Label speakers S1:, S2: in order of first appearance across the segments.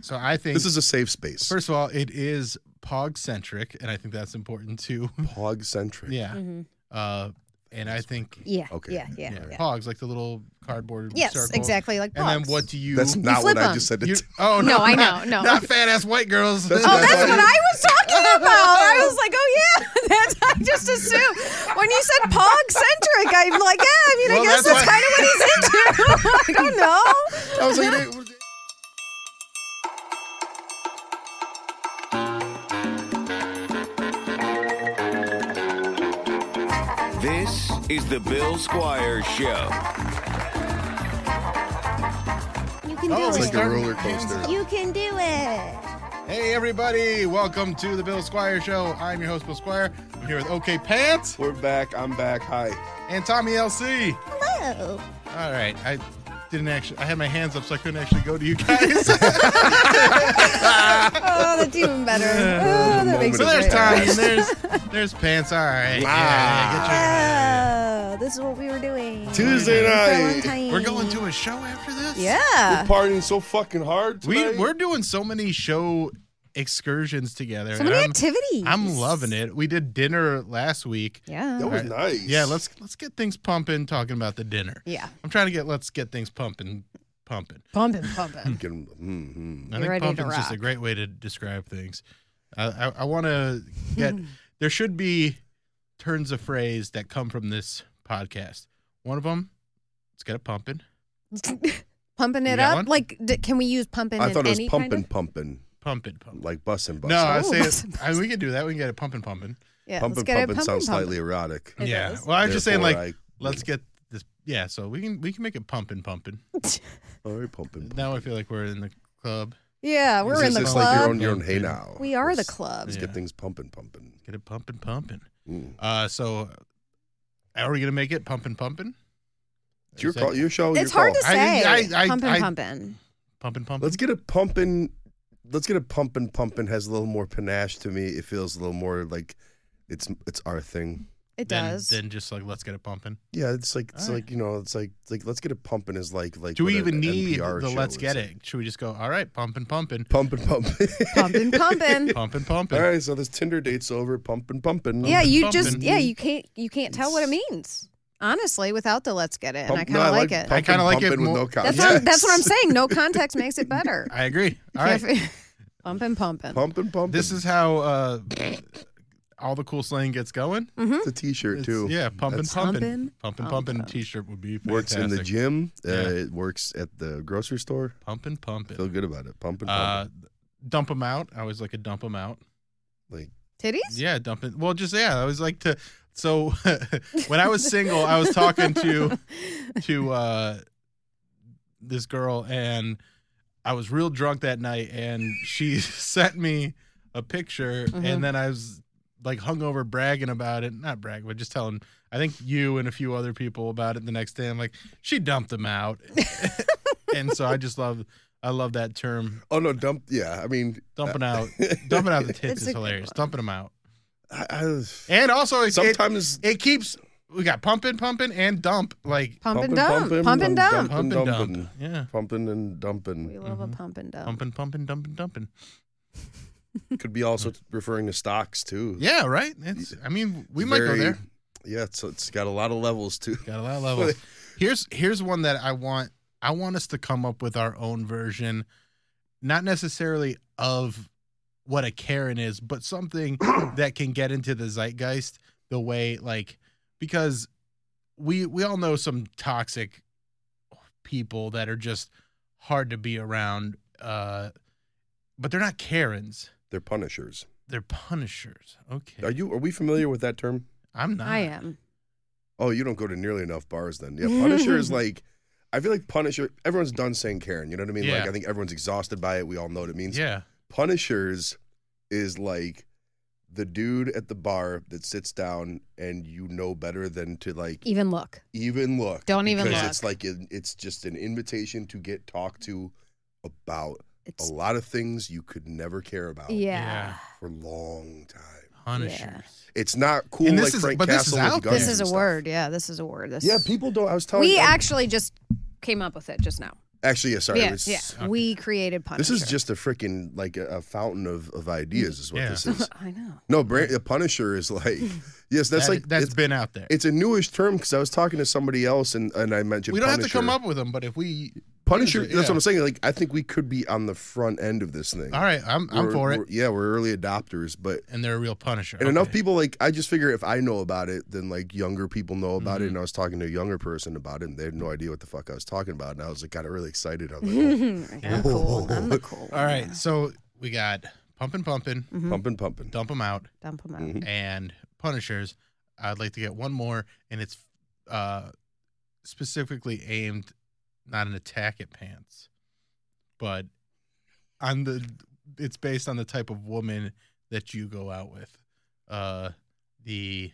S1: So I think
S2: This is a safe space.
S1: first of all, it is pog centric, and I think that's important too.
S2: Pog centric.
S1: yeah.
S3: Mhm.
S1: Uh, and I think
S3: Yeah.
S2: Okay.
S3: Yeah. Yeah.
S1: yeah,
S3: yeah.
S1: pogs like the little cardboard
S3: Yes,
S1: circles.
S3: exactly. Like
S1: And then
S3: pogs.
S1: what do you?
S2: That's not what
S3: flip
S2: I
S3: 'em.
S2: just said.
S1: you-
S2: It's
S1: oh no,
S3: No, I
S1: not-
S3: know, no.
S1: not fat ass white girls.
S2: That's
S3: Oh,
S2: what
S3: that's what I
S2: thought.
S3: was talking about. I was like, oh yeah, that's I just assumed when you said pog centric. I'm like, yeah. I mean,
S1: Well,
S3: I guess
S1: that's why-
S3: that's, kind of what he's into. I don't know.
S2: I was like, hey,
S4: This is the Bill Squire Show.
S3: You can
S1: Oh,
S2: it's like
S3: do it.
S2: a roller coaster.
S3: you can do it.
S1: Hey everybody, welcome to the Bill Squire Show. I'm your host Bill Squire. I'm here with OK Pants
S2: We're back. I'm back. Hi.
S1: and Tommy LC.
S3: Hello.
S1: All right, I didn't actually. I had my hands up, so I couldn't actually go to you guys. so
S3: Oh, that's even better. Oh, that makes
S2: So
S3: it
S1: there's
S3: better.
S1: Tommy and there's there's Pants. All right, yeah,
S3: Oh, this is what we were doing.
S2: Tuesday night.
S3: Valentine.
S1: get your- we're going to a show after this.
S3: Yeah.
S2: Partying so fucking hard.
S1: we
S2: tonight.
S1: we're doing so many show excursions together.
S3: So
S1: and
S3: many
S1: I'm-
S3: activities.
S1: I'm loving it. We did dinner last week.
S3: Yeah.
S2: That was nice.
S1: Yeah, let's let's get things pumping. Talking about the dinner.
S3: Yeah.
S1: I'm trying to get let's get things pumping, pumping.
S3: Pumping, pumping.
S2: Get 'em- mm, mm.
S1: I
S3: You're
S1: think
S3: ready to
S1: pumping's just a
S3: rock.
S1: great way to describe things. I I, I want to get there should be turns of phrase that come from this podcast. One of them, let's get it pumping,
S3: pumping
S1: You
S3: it
S1: got
S3: up.
S1: one?
S3: Like, d- can we use pumping?
S2: I
S3: in
S2: thought it was
S3: any
S2: pumping,
S3: Kind of-
S2: pumping,
S1: pump it, pump.
S2: like bussin', bussin'.
S1: No, I say it,
S3: bussin',
S1: I, we can do that. We can get it pumping, pumping.
S3: yeah.
S2: pumping,
S3: let's get
S2: pumping
S3: it pumping,
S2: sounds
S3: pumping.
S2: slightly erotic.
S3: It
S1: yeah.
S3: does.
S1: Well, I was just saying like
S2: Therefore,
S1: let's get this. Yeah. So we can we can make it pumping, pumping.
S2: I, all right, pumping.
S1: Now I feel like we're in the club.
S3: Yeah, we're in
S2: It's
S3: the
S2: just
S3: club.
S2: like your own, your own hey now.
S3: we are the
S2: Let's-
S3: club.
S2: Let's
S1: Yeah.
S2: get things pumping, pumping.
S1: Get it pumping, pumping.
S2: Mm.
S1: Uh, so are we gonna make it pumping, pumping?
S2: It's your call. Your show.
S3: It's
S2: Oh, your
S3: hard
S2: call.
S3: to
S1: I-
S3: say.
S1: I- I-
S3: pumping,
S1: I-
S3: pumping.
S1: Pumping, pumping.
S2: Let's get a pumping. Let's get a pumping. Pumping has a little more panache to me. It feels a little more like it's it's our thing.
S3: It
S1: then,
S3: does.
S1: Then just like let's get it pumping.
S2: Yeah, it's like it's
S1: All right.
S2: like you know, it's like it's like let's get it pumping is like like.
S1: Do we
S2: what
S1: even
S2: an
S1: need
S2: NPR
S1: the
S2: show
S1: let's
S2: is.
S1: get it? Should we just go? All right, pumping, pumping,
S2: Pumping, pumping.
S3: pumping, pumping.
S1: pumping,
S2: All
S1: pumping.
S2: right, so this Tinder date's over. Pumping, pumping.
S3: yeah, you just
S1: pumping.
S3: yeah you can't you can't tell what it means honestly without the let's get it, and I
S2: Pump-
S3: kind
S2: no,
S3: of like, it.
S1: I kinda like
S2: pumping
S1: it
S2: with
S1: more-
S2: no
S3: That's
S2: context.
S3: what I'm, that's what I'm saying. No context makes it better.
S1: I agree. All right,
S3: pumping, pumping.
S2: Pumping, pumping.
S1: this is how uh, all the cool slang gets going.
S2: It's a T-shirt
S1: It's-
S2: too.
S1: yeah, pumping,
S2: That's-
S1: pumping,
S3: Pumpin',
S1: pumping,
S3: pumpin'.
S1: pumping. T-shirt would be fantastic.
S2: Works in the gym. Uh,
S1: Yeah.
S2: It works at the grocery store.
S1: Pumping, pumping.
S2: Feel good about it. Pumping, pumping.
S1: Uh, dump them out. I always like a dump them out.
S2: like
S3: Titties?
S1: Yeah, dumping. Well, just yeah, I was like to. So when I was single, I was talking to to uh, this girl, and I was real drunk that night, and she sent me a picture,
S3: Mhm.
S1: and then I was like hungover, bragging about it. Not bragging, but just telling. I think you and a few other people about it the next day. I'm like, she dumped them out, and so I just love. I love that term,
S2: oh no, dump. Yeah, I mean,
S1: dumping out, dumping out the tits
S3: Uh, It's
S1: is
S3: a good
S1: hilarious.
S3: one.
S1: Dumping them out.
S2: I, I,
S1: And also, it's, it,
S2: sometimes
S1: it keeps. We got pumping, pumping, and dump. Like
S3: Pump and dump. Pump and dump.
S1: pump and
S2: Dumpin',
S1: dump.
S2: dumpin'.
S1: Yeah,
S2: pumping and
S3: We
S2: dumping
S3: love a
S1: Mhm.
S3: pump and dump.
S1: pumping, pumping, dumping, dumping.
S2: could be also referring to stocks too.
S1: Yeah, right. It's. I mean, we might go
S2: Very-
S1: there.
S2: Yeah, it's, it's got a lot of levels too.
S1: Got a lot of levels. Here's here's one that I want. I want us to come up with our own version, not necessarily of what a Karen is, but something that can get into the zeitgeist the way like because we we all know some toxic people that are just hard to be around uh but they're not Karens.
S2: They're punishers.
S1: They're punishers. Okay.
S2: Are you? Are we familiar with that term?
S1: I'm not.
S3: I am.
S2: Oh, you don't go to nearly enough bars then. Yeah, punisher is like. I feel like Punisher. Everyone's done saying Karen. You know what I mean?
S1: Yeah.
S2: Like I think everyone's exhausted by it. We all know what it means.
S1: Yeah.
S2: Punishers is like the dude at the bar that sits down and you know better than to like
S3: Even look.
S2: even look.
S3: Don't even
S2: because
S3: look.
S2: it's like an, it's just an invitation to get talked to about a
S3: It's
S2: lot of things you could never care about
S3: yeah.
S2: for a long time.
S1: Punishers.
S2: It's not cool
S1: And this
S2: like
S1: is-
S2: Frank
S1: but this is
S2: Castle.
S1: out
S2: with
S1: there.
S2: guns
S3: This is
S2: and
S3: a
S2: stuff.
S3: word. Yeah, this is a word. This
S2: Yeah, people don't. I was telling
S3: we
S2: you,
S3: actually just came up with it just now.
S2: Actually, yeah, sorry.
S3: yeah,
S2: it's-
S3: yeah. We created Punisher.
S2: This is just a freaking like a, a fountain of, of ideas, is what
S1: Yeah.
S2: this is.
S3: I know.
S2: No, Bran- the Punisher is like, yes, that's
S1: That-
S2: like
S1: that's
S2: it's,
S1: been out there.
S2: it's a newish term because I was talking to somebody else and, and I mentioned
S1: we don't
S2: Punisher.
S1: have to come up with them, but if we
S2: Punisher.
S1: use it,
S2: That's
S1: yeah.
S2: what I'm saying. Like, I think we could be on the front end of this thing.
S1: All right, I'm I'm
S2: We're-
S1: for it.
S2: we're- yeah, we're early adopters, but
S1: And they're a real Punisher.
S2: and enough
S1: Okay.
S2: people like I just figure if I know about it, then like younger people know about
S1: Mm-hmm.
S2: it. And I was talking to a younger person about it, and they had no idea what the fuck I was talking about. And I was like, kind of really excited. I was like, oh.
S3: I'm cool. I'm the cool. Mm-hmm.
S1: All right, so we got pumpin' pumpin',
S2: oh, pumping, pumping.
S1: dump 'em out,
S3: Dump him out.
S2: Mhm.
S1: and Punishers. I'd like to get one more, and it's uh, specifically aimed not an attack at pants, but on the it's based on the type of woman that you go out with. Uh, the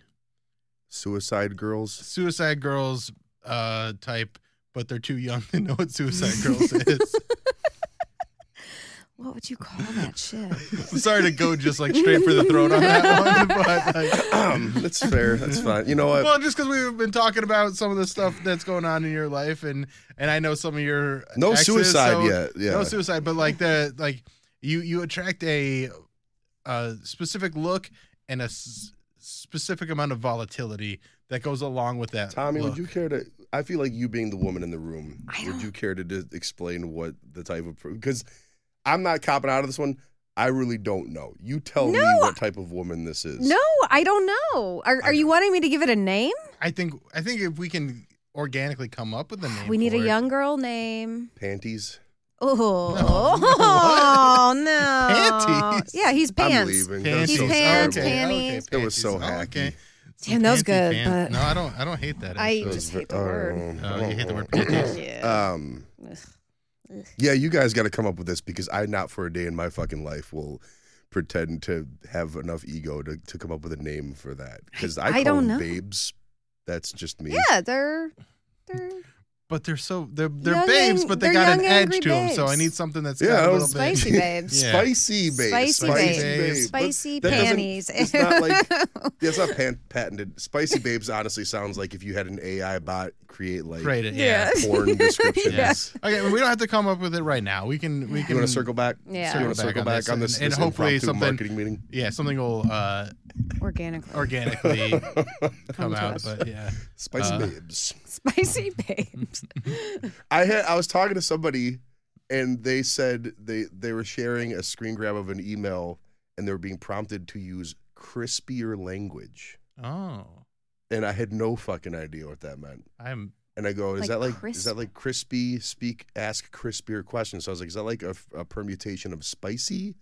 S2: Suicide Girls.
S1: Suicide Girls uh, type, but they're too young to know what Suicide Girls is.
S3: What would you call that shit?
S1: I'm sorry to go just like straight for the throat on that one, but like,
S2: Um, that's fair. That's fine. You know what?
S1: well, just because we've been talking about some of the stuff that's going on in your life, and and I know some of your
S2: No
S1: exes,
S2: suicide
S1: so-
S2: yet. Yeah.
S1: no suicide, but like the like you you attract a a specific look and a s- specific amount of volatility that goes along with that.
S2: Tommy,
S1: look.
S2: would you care to? I feel like you being the woman in the room.
S3: I
S2: Would
S3: don't-
S2: you care to d- explain what the type of? Because I'm not copping out of this one. I really don't know. You tell me
S3: No,
S2: what type of woman this is.
S3: No, I don't know. Are, are you wanting me to give it a name?
S1: I think I think if we can organically come up with a name,
S3: We need
S1: for
S3: a
S1: it-
S3: young girl name.
S2: panties.
S3: Oh,
S1: No.
S3: oh no.
S1: Panties?
S3: Yeah, he's
S2: I'm
S3: pants.
S2: leaving. That was
S1: Panties.
S3: He's
S2: so
S3: pants,
S2: terrible.
S3: pants. panties.
S2: It was so
S1: panties. Oh,
S2: hacky.
S1: Some
S3: Damn, that was
S1: fancy
S3: good,
S1: pants.
S3: but-
S1: no, I don't. I don't hate that.
S3: I
S1: actually.
S2: It was
S3: just
S2: ve-
S3: hate the
S2: oh,
S3: word.
S1: Oh, you hate the word panties.
S3: Yeah.
S2: Um.
S3: Ugh.
S2: Yeah, you guys got to come up with this because I not for a day in my fucking life will pretend to have enough ego to, to come up with a name for that because I,
S3: I
S2: call
S3: don't
S2: them
S3: know.
S2: babes. That's just me.
S3: yeah, they're they're
S1: But they're so they're they're
S3: Young
S1: babes,
S3: ang-
S1: but they
S3: they're
S1: got an
S3: young,
S1: edge
S3: angry
S1: to them. So I
S3: babes.
S1: need something that's
S2: Yeah,
S1: got
S2: I
S1: a little
S2: was-
S1: bit.
S3: spicy babes.
S1: Yeah.
S2: Spicy babes.
S3: Spicy
S1: babes.
S2: babes. But
S3: Spicy
S2: that doesn't-
S3: panties.
S2: It's not like yeah, it's not pan- patented. Spicy babes honestly sounds like if you had an AI bot create like
S1: Create it. Yeah.
S2: porn descriptions.
S1: Yeah. Okay, well, we don't have to come up with it right now. We can we
S2: You
S1: can
S2: want to circle back?
S3: Yeah.
S2: You
S1: Circle
S2: want to
S1: back
S2: circle
S1: on
S2: back
S1: this
S2: on this,
S1: and- and
S2: this
S1: hopefully
S2: impromptu
S1: something-
S2: marketing meeting?
S1: Yeah, something will uh
S3: organically.
S1: organically come
S3: to
S1: out.
S3: us.
S1: But yeah,
S2: Spicy
S1: Uh,
S2: babes.
S3: Spicy babes.
S2: I had I was talking to somebody and they said they they were sharing a screen grab of an email and they were being prompted to use crispier language.
S1: oh,
S2: And I had no fucking idea what that meant.
S1: I'm
S2: And I go, is
S3: Like
S2: that like is
S3: crisp.
S2: that like crispy? Speak, ask crispier questions. So I was like, is that like a, a permutation of spicy?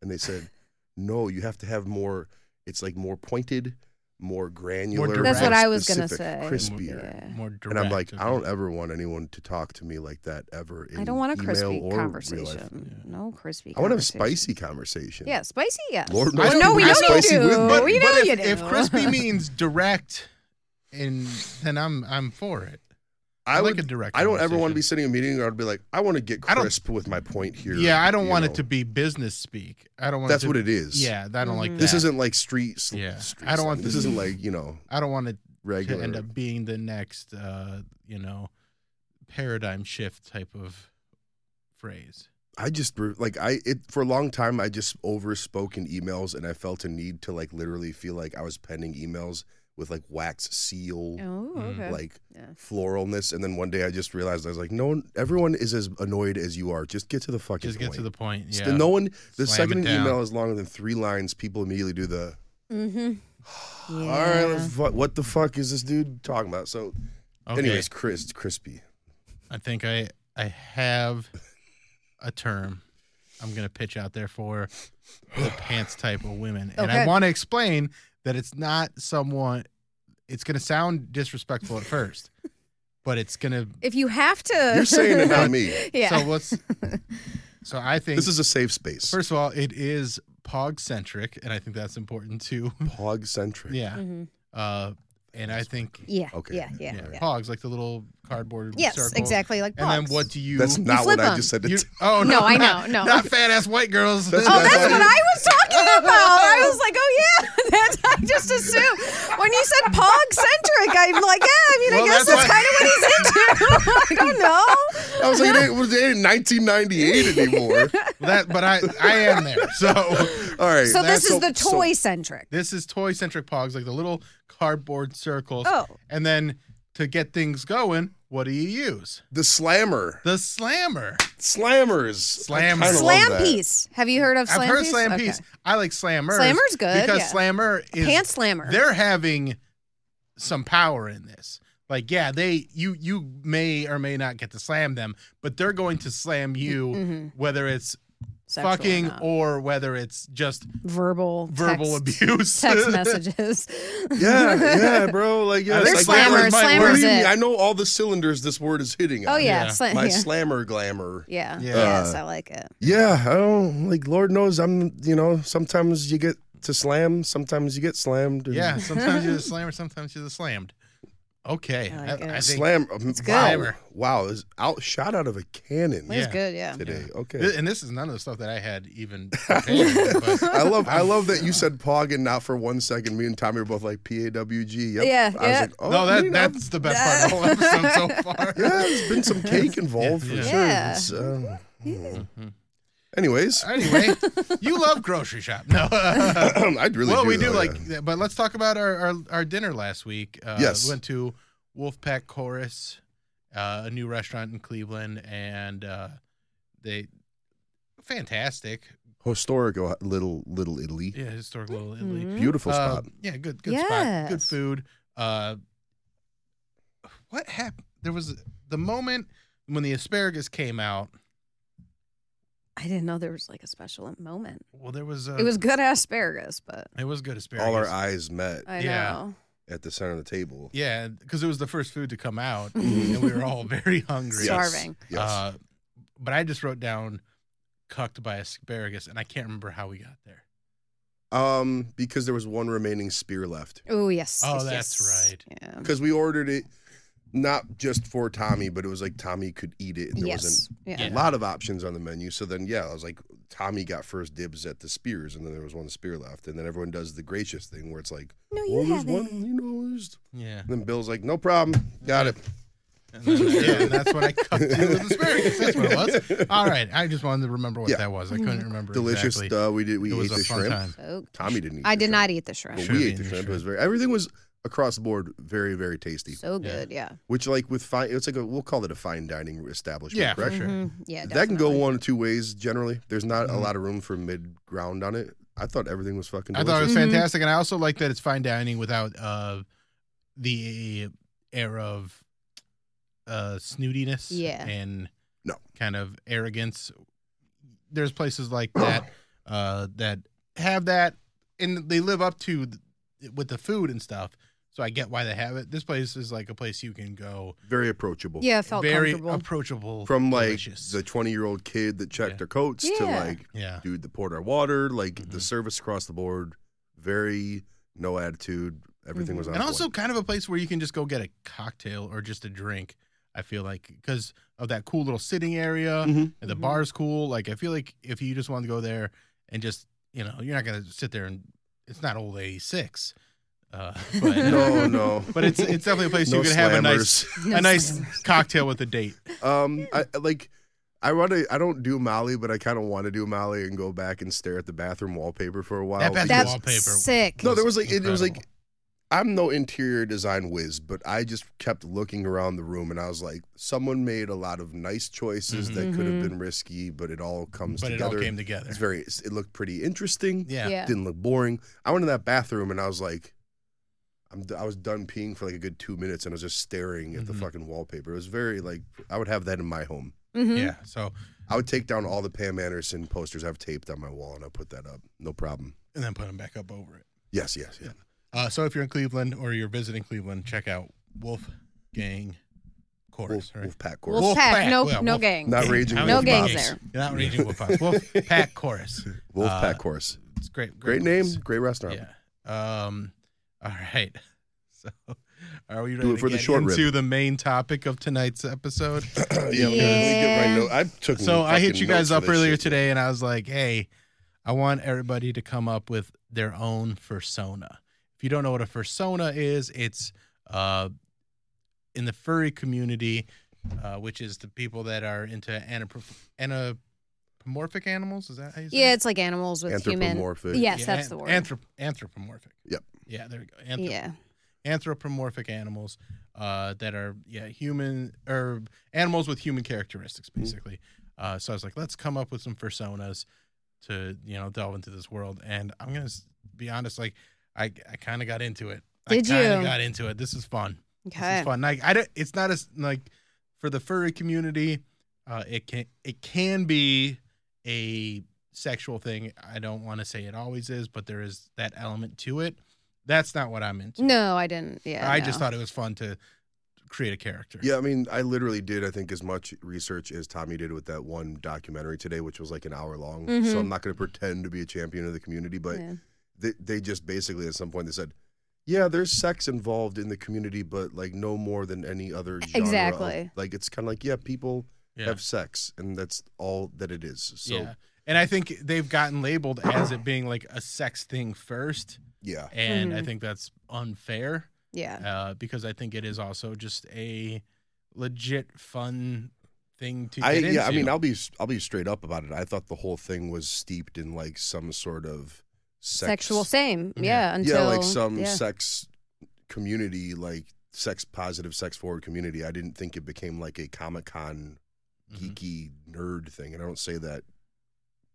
S2: And they said, no, you have to have more. It's like more pointed, more granular.
S1: direct. That's what
S3: I was gonna
S2: specific,
S3: say.
S2: Crispier.
S3: Yeah.
S1: more direct.
S2: And I'm like,
S1: of
S2: I
S1: it.
S2: don't ever want anyone to talk to me like that ever. In
S3: I don't want a
S2: email
S3: crispy
S2: or real life.
S3: conversation. No crispy.
S2: I want to have
S3: conversation.
S2: spicy conversation.
S3: Yeah, spicy. Yes.
S2: Lord
S1: knows
S3: Oh, no,
S1: people
S3: we
S1: are
S3: know you
S2: spicy with
S3: do.
S2: me.
S1: But,
S3: we know
S1: but if,
S3: you do.
S1: if crispy means direct, and then I'm I'm for it.
S2: I,
S1: I
S2: would.
S1: like a direct.
S2: I don't ever want to be
S1: conversation.
S2: sitting in a meeting where I'd be like, I want to get
S1: I don't-
S2: crisp with my point here.
S1: Yeah, I don't
S2: you
S1: want
S2: know.
S1: it to be business speak. I don't want.
S2: That's
S1: it to,
S2: what it is.
S1: Yeah, I don't like
S3: Mhm.
S1: that.
S2: This isn't like street. sl-
S1: Yeah.
S2: street
S1: I don't want
S2: slang. this.
S1: this-
S2: Isn't like you know
S1: I don't want it
S2: regular.
S1: to end up being the next, uh, you know, paradigm shift type of phrase.
S2: I just re- like I it for a long time. I just overspoke in emails, and I felt a need to like literally feel like I was penning emails with like wax seal,
S3: Oh,
S1: Mm,
S3: okay.
S2: like
S3: Yeah.
S2: floralness. And then one day I just realized I was like, no one, everyone is as annoyed as you are. Just get to the fucking
S1: Just get
S2: point.
S1: to the point.
S2: S-
S1: Yeah.
S2: No one. The
S1: Slam it
S2: second an
S1: down.
S2: email is longer than three lines, people immediately do the.
S3: Mm-hmm. Yeah.
S2: All right, let's fu- what the fuck is this dude talking about? So,
S1: okay.
S2: anyways, Chris, it's crispy.
S1: I think I I have a term I'm gonna pitch out there for the pants type of women, and I
S3: Okay.
S1: want to explain that it's not someone. It's gonna sound disrespectful at first, but it's gonna.
S3: If you have to,
S2: You're saying it, not me.
S3: yeah.
S1: So what's? So I think
S2: This is a safe space.
S1: First of all, it is pog centric, and I think that's important too.
S2: Pog centric.
S1: yeah.
S3: Mhm.
S1: Uh, and I think
S3: Yeah.
S2: Okay.
S3: Yeah. Yeah.
S1: yeah,
S3: yeah.
S1: pogs like the little cardboard.
S3: Yes,
S1: circles.
S3: exactly. Like
S1: And
S3: pogs.
S1: then what do you?
S2: That's not what
S3: flip
S2: I
S3: 'em.
S2: just said.
S1: you-
S2: It's
S1: oh no,
S3: No, I
S1: not-
S3: know, no.
S1: not fat ass white girls.
S2: That's
S3: Oh,
S2: what
S3: that's what I was talking about. I was like, oh yeah, That's, I just assume. When you said pog centric, I'm like, yeah, I mean,
S2: Well,
S3: I guess
S2: that's
S3: that's,
S2: why-
S3: kind of what he's into. I don't know.
S2: I was like, it ain't, it ain't 1998 anymore.
S1: That, but I, I am there. So
S2: All right.
S3: So
S2: that's
S3: this is the
S2: so-
S3: toy centric.
S1: this is toy centric pogs, like the little cardboard circles.
S3: Oh.
S1: And then to get things going, what do you use?
S2: the slammer,
S1: The slammer.
S2: slammers,
S1: Slam-
S2: I kinda love
S3: Slam
S2: that.
S3: piece. Have you heard of slam
S1: I've heard
S3: piece?
S1: slam
S3: Okay.
S1: piece. I like slammers.
S3: Slammer's good,
S1: Because
S3: yeah.
S1: slammer is
S3: Pant slammer.
S1: they're having some power in this. Like, yeah, they you you may or may not get to slam them, but they're going to slam you
S3: Mhm.
S1: whether it's
S3: Sexual or
S1: fucking
S3: not.
S1: or whether it's just
S3: verbal
S1: verbal
S3: text,
S1: abuse.
S3: text messages.
S2: Yeah, yeah, bro. Like, yeah,
S1: I think
S2: it's like,
S1: slammer
S3: slammer,
S1: is my
S3: slammer
S1: word.
S2: Believe
S3: is
S2: me,
S3: it.
S2: I know all the cylinders this word is hitting on.
S3: Oh yeah,
S1: Yeah.
S3: slam-
S2: My
S3: yeah.
S2: slammer glamour.
S3: yeah,
S1: Yeah.
S3: yes,
S2: Uh,
S3: I like it.
S2: Yeah, I don't like. Lord knows, I'm. You know, sometimes you get to slam, sometimes you get slammed. and-
S1: yeah, sometimes you're the slammer, sometimes you're the slammed. Okay.
S3: I like
S1: I,
S3: it.
S1: I think
S2: slam.
S3: good.
S2: Wow,
S1: Slammer.
S2: wow, is out shot out of a cannon
S3: It was
S1: yeah.
S3: good. Yeah.
S2: today. Okay.
S1: Th- And this is none of the stuff that I had even prepared. but
S2: I love I love that you said pog and not for one second. Me and Tommy were both like P A W G. Yep.
S3: Yeah,
S2: I was
S3: yeah.
S2: like, oh,
S1: no,
S2: I
S1: that
S2: mean, I've-
S1: that's the best part of the whole episode so far.
S2: yeah. There's been some cake involved for
S1: Yeah.
S2: sure.
S3: Yeah.
S2: It's, uh, mm. Anyways,
S1: Anyway, you love grocery shop. No.
S2: I'd really.
S1: Uh, well,
S2: do
S1: we do
S2: though,
S1: like,
S2: yeah.
S1: but let's talk about our our, our dinner last week. Uh,
S2: Yes.
S1: we went to Wolfpack Chorus, uh, a new restaurant in Cleveland, and uh, they fantastic.
S2: historical uh, little little Italy.
S1: Yeah, historic little Italy.
S3: Mhm.
S2: Beautiful
S1: Uh,
S2: spot.
S1: yeah, good good spot. Good
S3: Yes.
S1: food. Uh, what happened? There was the moment when the asparagus came out.
S3: I didn't know there was like a special moment.
S1: Well, there was uh,
S3: It was good asparagus, but
S1: it was good asparagus.
S2: All our eyes met
S3: I
S1: Yeah.
S3: know.
S2: at the center of the table.
S1: Yeah, because it was the first food to come out, and we were all very hungry.
S3: Yes. Starving.
S2: Mm-hmm. Yes.
S1: Uh, but I just wrote down "cucked by asparagus," and I can't remember how we got there.
S2: um, because there was one remaining spear left.
S3: Oh yes.
S1: Oh,
S3: yes,
S1: that's
S3: yes.
S1: right.
S3: Yeah.
S2: Because we ordered it not just for Tommy, but it was like Tommy could eat it, and there wasn't
S3: Yes.
S2: a
S3: Yeah.
S2: lot of options on the menu. So then, yeah, I was like, Tommy got first dibs at the spears, and then there was one spear left, and then everyone does the gracious thing where it's like,
S3: No,
S2: well,
S3: you
S2: there's
S3: haven't.
S2: one, you know, there's.
S1: Yeah,
S2: And then Bill's like, no problem, got it.
S1: and then- yeah, and that's when I cucked you with asparagus. That's what it was. All right, I just wanted to remember what
S2: Yeah.
S1: that was. I
S3: Mm-hmm.
S1: couldn't remember
S2: Delicious.
S1: exactly.
S2: Uh, we did. We
S1: it
S2: ate
S1: was
S2: the
S1: a fun
S2: shrimp.
S1: time.
S3: Oh,
S2: Tommy didn't. eat
S3: I
S2: the
S3: did
S2: shrimp.
S3: not eat the shrimp.
S2: But
S1: Should've
S2: we ate
S1: eaten
S2: the
S1: the
S2: shrimp. It
S1: shrimp.
S2: was very everything was across the board very very tasty.
S3: So
S1: Yeah.
S3: good. Yeah.
S2: Which like with fine, it's like a we'll call it a fine dining establishment.
S1: Yeah, for
S2: correct?
S1: sure.
S3: Mhm. Yeah.
S2: that can go
S3: definitely.
S2: one of two ways. Generally, there's not a
S1: Mhm.
S2: lot of room for mid ground on it. I thought everything was fucking.
S1: I
S2: Delicious.
S1: thought it was
S3: Mhm.
S1: fantastic, and I also like that it's fine dining without uh, the air of uh, snootiness
S3: Yeah.
S1: and
S2: No.
S1: kind of arrogance. There's places like that uh, that have that, and they live up to th- with the food and stuff. So I get why they have it. This place is like a place you can go
S2: very approachable.
S3: Yeah, it felt
S1: very
S3: comfortable.
S1: approachable
S2: From like
S1: delicious.
S2: the 20 year old kid that checked
S1: Yeah.
S2: their coats to
S3: Yeah.
S2: like
S1: yeah.
S2: dude that poured our water, like the
S1: Mhm.
S2: service across the board, very no attitude. Everything was on.
S1: Mm-hmm. and also
S2: point.
S1: kind of a place where you can just go get a cocktail or just a drink. I feel like because of that cool little sitting area
S2: Mhm.
S1: and the
S3: Mhm.
S1: bar's cool. Like I feel like if you just want to go there and just you know you're not gonna sit there and it's not old eighty six, uh, but
S2: no, no.
S1: but it's it's definitely a place
S2: No
S1: you can have a nice
S3: No
S1: a nice
S3: slammers.
S1: cocktail with a date.
S2: Um, I I like. I want to. I don't do Molly, but I kind of want to do Molly and go back and stare at the bathroom wallpaper for a while.
S1: bathroom
S2: because-
S3: That's
S1: wallpaper.
S3: sick.
S2: no, there was like it was
S1: Incredible.
S2: like. I'm no interior design whiz, but I just kept looking around the room, and I was like, someone made a lot of nice choices
S1: Mhm.
S2: that could have
S3: Mhm.
S2: been risky, but it all comes
S1: but it all
S2: together.
S1: came together.
S2: it's very. It looked pretty interesting.
S1: Yeah.
S3: Yeah.
S2: Didn't look boring. I went in that bathroom, and I was like. I'm, d- I was done peeing for like a good two minutes, and I was just staring at the
S1: Mhm.
S2: fucking wallpaper. It was very like I would have that in my home.
S3: Mhm.
S1: yeah. So
S2: I would take down all the Pam Anderson posters I've taped on my wall and I put that up. No problem.
S1: and then put them back up over it.
S2: Yes, yes, yeah.
S1: Uh, so if you're in Cleveland or you're visiting Cleveland, check out Wolf Gang Chorus.
S2: Wolf,
S1: right?
S2: Wolf Pack Corps.
S3: Wolf,
S1: Wolf
S3: pack.
S1: pack.
S3: No,
S1: Yeah,
S3: no
S1: wolf-
S3: gang.
S2: Not raging.
S1: How
S2: Wolf,
S1: many
S3: No gangs
S1: Pops?
S3: there.
S1: You're not raging with pops. Wolf Pack Chorus.
S2: Wolf
S1: Uh,
S2: Pack Chorus.
S1: It's great.
S2: Great name,
S1: place.
S2: great restaurant.
S1: Yeah. Um. All right. So, are we ready
S2: it for
S1: to
S2: the
S1: get
S2: short rib.
S1: into the main topic of tonight's episode?
S2: yeah, let me get my
S3: Yeah.
S2: note- I took
S1: so I hit
S2: fucking
S1: you guys
S2: notes for
S1: up
S2: this
S1: earlier
S2: shit.
S1: today, and I was like, "Hey, I want everybody to come up with their own fursona. If you don't know what a fursona is, it's uh, in the furry community, uh, which is the people that are into anapro- anapomorphic animals. Is that how you say
S3: Yeah,
S1: it?
S3: it's like animals with human.
S2: Anthropomorphic.
S1: Yeah,
S3: Yes, that's
S1: an-
S3: the word.
S1: anthrop- anthropomorphic.
S2: Yep.
S1: Yeah, there we go. Anthrop-
S3: yeah.
S1: Anthropomorphic animals uh, that are yeah human or animals with human characteristics basically. Uh, so I was like, let's come up with some personas to you know delve into this world. And I'm gonna s- be honest, like I I kind of got into it. I
S3: Did
S1: kinda
S3: you?
S1: got into it? This is fun. This
S3: Okay.
S1: is fun. Like I don't, it's not as like for the furry community, uh, it can it can be a sexual thing. I don't want to say it always is, but there is that element to it. That's not what I'm into.
S3: No, I didn't. Yeah.
S1: I
S3: no.
S1: just thought it was fun to create a character.
S2: Yeah, I mean, I literally did, I think, as much research as Tommy did with that one documentary today, which was like an hour long.
S3: Mhm.
S2: So I'm not going to pretend to be a champion of the community, but
S3: Yeah.
S2: they, they just basically at some point they said, yeah, there's sex involved in the community, but like no more than any other genre. of-"
S3: Exactly.
S2: like it's kind of like, yeah, people
S1: Yeah.
S2: have sex, and that's all that it is. So
S1: Yeah. And I think they've gotten labeled as it being like a sex thing first,
S2: yeah.
S1: and I
S3: Mhm.
S1: think that's unfair.
S3: Yeah.
S1: uh, because I think it is also just a legit fun thing to get
S2: I
S1: into.
S2: yeah, I mean, I'll be I'll be straight up about it. I thought the whole thing was steeped in like some sort of sex,
S3: Sexual same.
S1: Yeah.
S3: Yeah. Until
S2: yeah, like some
S3: yeah.
S2: sex community, like sex positive, sex forward community. I didn't think it became like a Comic Con
S1: Mhm.
S2: geeky nerd thing, and I don't say that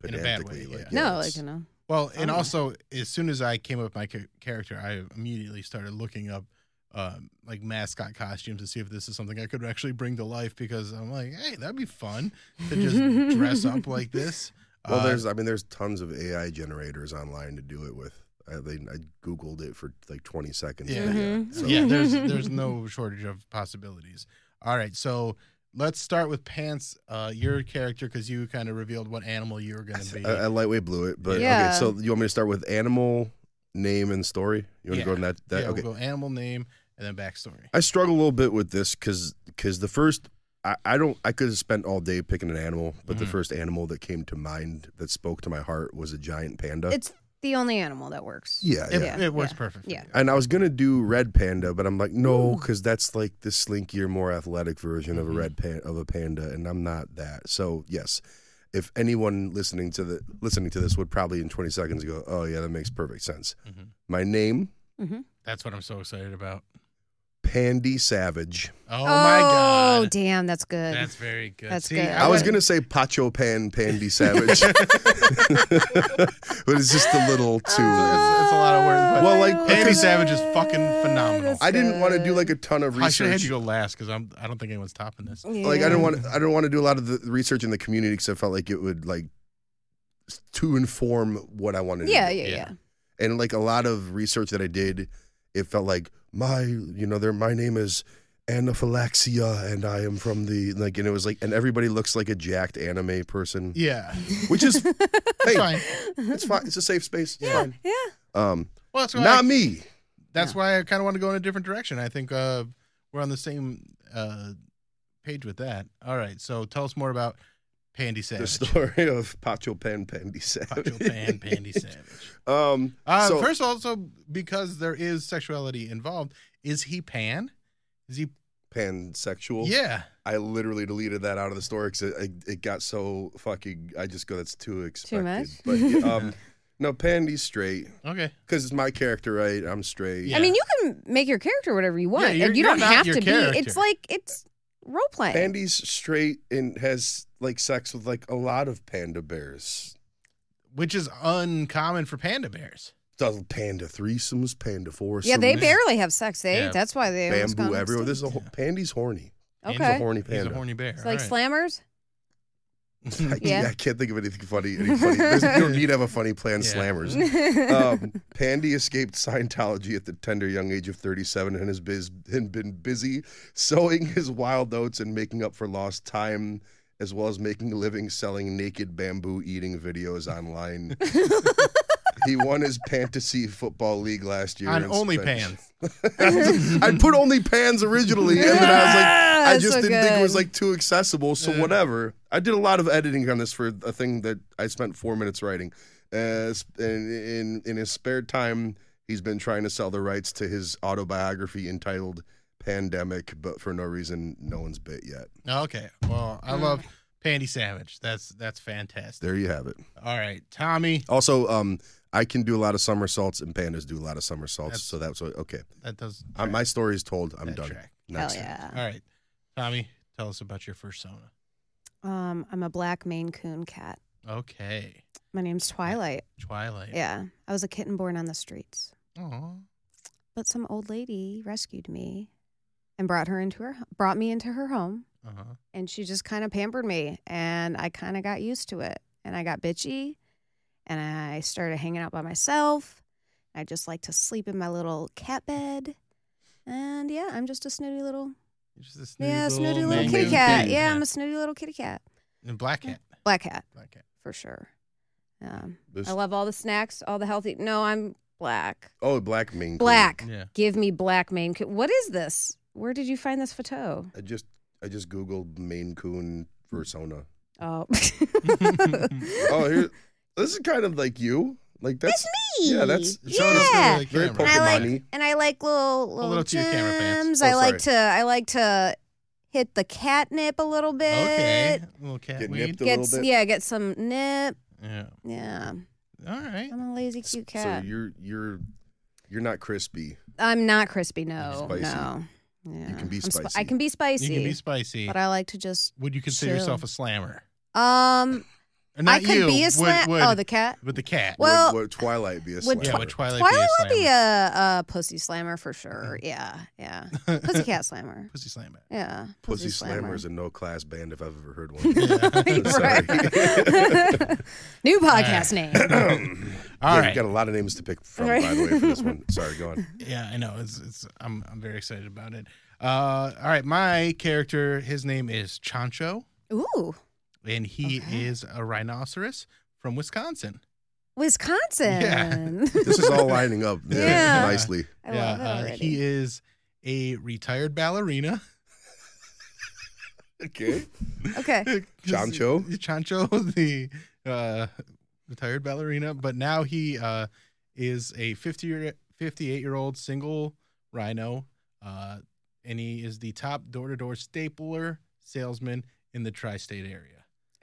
S1: In a bad
S2: pedantically.
S1: way,
S2: like,
S1: yeah.
S3: no,
S2: it's-
S3: like you know.
S1: Well, and
S3: Oh.
S1: also as soon as I came up with my cha- character, I immediately started looking up um, like mascot costumes to see if this is something I could actually bring to life because I'm like, hey, that'd be fun to just dress up like this.
S2: well,
S1: Uh,
S2: there's I mean, there's tons of AI generators online to do it with. I, they, I googled it for like 20 seconds.
S1: Yeah.
S2: but
S3: Mhm.
S2: so-
S1: yeah, there's there's no shortage of possibilities. All right, so let's start with pants. Uh, your
S3: Mm-hmm.
S1: character, because you kind of revealed what animal you were going to be.
S2: I, I lightweight blew it, but
S3: Yeah.
S2: okay. So you want me to start with animal, name, and story? You want to go in that? that
S1: yeah,
S2: okay.
S1: we'll go animal name and then backstory.
S2: I struggle a little bit with this because the first I, I don't I could have spent all day picking an animal, but the
S1: Mhm.
S2: first animal that came to mind that spoke to my heart was a giant panda.
S3: It's the only animal that works.
S2: yeah, yeah.
S1: It,
S3: Yeah,
S1: it works
S3: yeah,
S1: perfectly.
S3: yeah.
S2: And I was gonna do red panda, but I'm like, no, because that's like the slinkier, more athletic version of a
S1: Mhm.
S2: red pan- of a panda, and I'm not that. So yes, if anyone listening to the listening to this would probably in 20 seconds go, oh yeah, that makes perfect sense.
S1: Mhm.
S2: My name,
S1: That's what I'm so excited about.
S2: Pandy Savage.
S1: Oh, my
S3: Oh
S1: god,
S3: damn, that's good.
S1: that's very good.
S3: That's
S1: See,
S3: good.
S2: I was
S1: would-
S2: gonna say Pacho Pan Pandy Savage, but it's just a little too.
S1: That's- that's a lot of words, but-
S2: Well, like,
S3: Oh,
S1: Andy
S2: because-
S1: Savage is fucking phenomenal.
S3: That's
S2: I didn't want to do
S3: good.
S2: like a ton of
S1: I should have had you
S2: research.
S1: go last because I'm. I don't think anyone's topping this.
S2: Like I
S3: Yeah.
S2: don't want I don't want to do a lot of the research in the community because I felt like it would like s- to inform what I wanted.
S3: Yeah,
S2: to do.
S3: yeah,
S1: Yeah.
S3: yeah.
S2: And like a lot of research that I did, it felt like my you know there my name is anaphylaxia and I am from the like and it was like and everybody looks like a jacked anime person,
S1: Yeah,
S2: which is hey,
S1: fine.
S2: It's fine. It's a safe space. It's fine.
S3: Yeah.
S2: Um,
S1: Well, that's why I,
S2: not me.
S1: That's why I kind of want to go in a different direction. I think uh, we're on the same uh, page with that. All right, so tell us more about Pandy
S2: The
S1: Savage.
S2: story of Pacho Pan Pandy Savage.
S1: Pacho Pan Pandy Savage.
S2: Um,
S1: Uh,
S2: so
S1: first, also because there is sexuality involved, is he pan? Is he?
S2: pansexual.
S1: Yeah.
S2: I literally deleted that out of the story because it, it, it got so fucking. I just go, that's too expected.
S3: much?
S2: But yeah, um, no, Pandy's straight
S1: Okay.
S2: because it's my character, right? I'm straight.
S1: Yeah.
S3: I mean, you can make your character whatever you want.
S1: Yeah,
S3: Like,
S1: you're-
S3: you
S1: you're
S3: don't
S1: not
S3: have
S1: your
S3: to be.
S1: character.
S3: It's like it's role playing.
S2: Pandy's straight and has like sex with like a lot of panda bears.
S1: Which is uncommon for panda bears.
S2: Does panda threesomes, panda foursomes.
S3: yeah, they
S1: man.
S3: barely have sex. They
S1: Yeah.
S3: that's why they always
S2: bamboo
S3: gone
S2: everywhere.
S3: upstairs.
S2: This is a whole, Pandy's horny.
S1: Pandy's
S2: He's a
S3: Okay.
S2: horny
S1: He's
S2: panda.
S1: a horny bear.
S3: It's like
S1: All right.
S3: slammers.
S2: I,
S3: Yeah.
S2: I can't think of anything funny. Any funny. There's, you don't need to have a funny plan,
S1: Yeah.
S2: slammers. Um, Pandy escaped Scientology at the tender young age of 37 and has biz, and been busy sowing his wild oats and making up for lost time, as well as making a living selling naked bamboo eating videos online. he won his fantasy football league last year
S1: on
S2: and
S1: OnlyPans.
S2: spent- I put only pans originally, and then I was like,
S3: Ah,
S2: I
S3: that's
S2: just
S3: so
S2: didn't think it was
S3: good.
S2: like too accessible, so
S1: Yeah.
S2: whatever. I I did a lot of editing on this for a thing that I spent four minutes writing. Uh, s- in, in in his spare time, he's been trying to sell the rights to his autobiography entitled "Pandemic," but for no reason, no one's bit yet.
S1: Okay. Well, I
S3: Mm.
S1: love Pandy Savage. That's that's fantastic.
S2: There you have it.
S1: All right, Tommy.
S2: Also, um, I can do a lot of somersaults, and pandas do a lot of somersaults.
S1: That's-
S2: so that's what, okay.
S1: That does.
S2: Uh, my story is told. I'm
S1: that
S2: done.
S1: track.
S3: Hell
S2: Next.
S3: yeah.
S1: All right, Tommy. Tell us about your fursona.
S3: Um, I'm a black Maine Coon cat.
S1: Okay.
S3: My name's Twilight.
S1: Twilight.
S3: Yeah, I was a kitten born on the streets,
S1: Aw. Uh-huh.
S3: but some old lady rescued me and brought her into her brought me into her home,
S1: Uh huh.
S3: and she just kind of pampered me, and I kind of got used to it, and I got bitchy, and I started hanging out by myself. I just like to sleep in my little cat bed, and yeah, I'm just a snooty little
S1: You're Just a snooty
S3: yeah snooty little,
S1: mangy
S3: kitty
S1: little
S3: cat.
S1: kitty.
S3: Yeah, I'm a snooty little kitty cat,
S1: and black cat.
S3: black cat
S1: Black cat.
S3: for sure. Um,
S2: This-
S3: I love all the snacks, all the healthy. No, I'm black.
S2: oh, black Maine. Coon.
S3: Black.
S1: Yeah.
S3: Give me black Maine Coon. What is this? Where did you find this photo?
S2: I just I just googled Maine Coon
S1: Hmm.
S2: persona.
S3: Oh.
S2: Oh, here. this is kind of like you. Like that's Yeah, that's-
S1: It's on us
S3: Yeah.
S1: for the
S2: Very
S1: camera.
S3: and I like
S2: Pokemon-y.
S3: and I like little little,
S1: little to your camera, Vance.
S3: gems.
S2: Oh,
S3: I like to I like to hit the catnip a little bit.
S1: Okay. Little cat
S2: Get
S1: weed.
S2: nipped a
S3: Get
S2: little
S3: s-
S2: bit.
S3: yeah, get some nip.
S1: Yeah.
S3: Yeah.
S1: All right.
S3: I'm a lazy
S2: S-
S3: cute cat.
S2: So you're you're you're not crispy.
S3: I'm not crispy, no.
S2: spicy.
S3: No. Yeah.
S2: can be
S3: I'm spi- I
S2: spicy.
S3: can be spicy.
S1: You can be spicy.
S3: but I like to just
S1: Would you consider
S3: chill.
S1: yourself a slammer?
S3: um
S1: Or not
S3: I could
S1: you.
S3: be a
S1: would-
S3: slam.
S1: would-
S3: oh, the cat.
S1: with the cat.
S3: Well-
S2: would, would Twilight be a
S3: would
S2: slammer?
S1: yeah, would Twilight,
S3: Twilight
S1: be a
S3: would be
S1: slammer? Mm.
S3: a, a pussy slammer for sure. Yeah, yeah. Pussycat slammer.
S1: Pussy slammer.
S3: Yeah.
S2: Pussy Slammer is a no class band if I've ever heard one.
S3: Right. New podcast name.
S1: All
S2: yeah,
S1: right.
S2: you got a lot of names to pick from, by the way, for this one. Sorry, go on.
S1: Yeah, I know. It's, it's I'm I'm very excited about it. Uh, all right, my character, his name is Chancho,
S3: Ooh,
S1: and he
S3: Okay.
S1: is a rhinoceros from Wisconsin.
S3: Wisconsin.
S2: This is all lining up
S3: Yeah.
S2: nicely.
S3: I love it
S1: uh,
S3: already.
S1: he is a retired ballerina.
S2: Okay.
S3: okay.
S2: Chancho?
S1: Chancho, the uh, retired ballerina, but now he uh, is a 50 year 58 year old single rhino, uh, and he is the top door to door stapler salesman in the tri state area.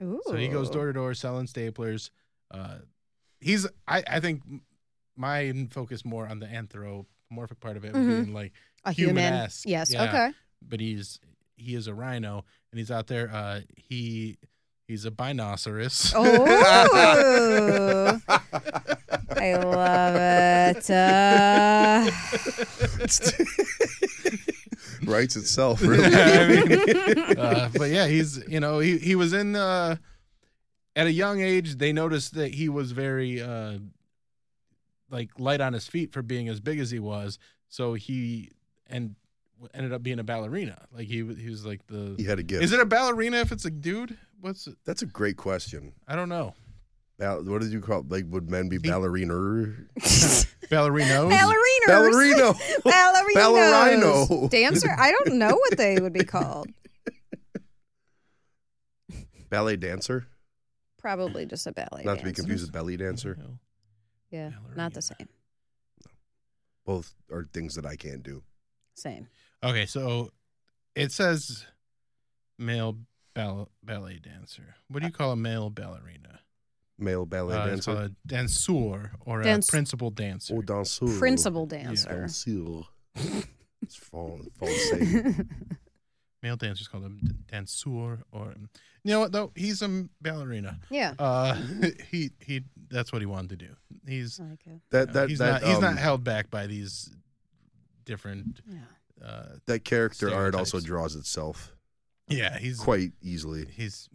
S3: Ooh.
S1: So he goes door to door selling staplers. Uh, he's I, I think m- my focus more on the anthropomorphic part of it, would be
S3: Mhm.
S1: in, like,
S3: A human.
S1: human-esque,
S3: Yes.
S1: yeah.
S3: Okay.
S1: but he's he is a rhino and he's out there. Uh, he he's a binoceros.
S3: Oh. I love it. Uh,
S2: Writes itself,
S1: Yeah,
S2: really.
S1: I mean, uh, but yeah, he's you know he he was in uh, at a young age. They noticed that he was very uh, like light on his feet for being as big as he was. So he and ended up being a ballerina. Like he was- he was like the
S2: You had a gift.
S1: is it a ballerina if it's a dude? What's it?
S2: That's a great question.
S1: I don't know
S2: Ball- what did you call it? Like, would men be ballerina?
S1: ballerinos.
S3: ballerinos.
S2: Ballerino.
S3: Ballerinos.
S2: Ballerino.
S3: Damn, sir. I don't know what they would be called.
S2: Ballet dancer?
S3: Probably just a ballet.
S2: Not to be
S3: dancer.
S2: confused with belly dancer.
S3: Yeah, not the same.
S2: Both are things that I can't do.
S3: Same.
S1: Okay, so it says male ball- ballet dancer. What do you call a male ballerina?
S2: Male ballet
S1: Uh, it's
S2: dancer?
S1: called a danseur or
S3: Dance-
S1: a principal dancer.
S2: Oh, danseur.
S3: Principal dancer.
S2: Danseur. it's fal- false.
S1: Male dancer is called a d- danseur or um, you know what though? He's a m- ballerina.
S3: yeah.
S1: Uh, he he. That's what he wanted to do. He's
S3: I like it.
S2: That that
S1: he's
S2: that
S1: not he's
S2: um,
S1: not held back by these different.
S3: Yeah.
S1: Uh,
S2: that character art also
S1: Stereotypes.
S2: draws itself
S1: yeah, he's
S2: quite easily.
S1: he's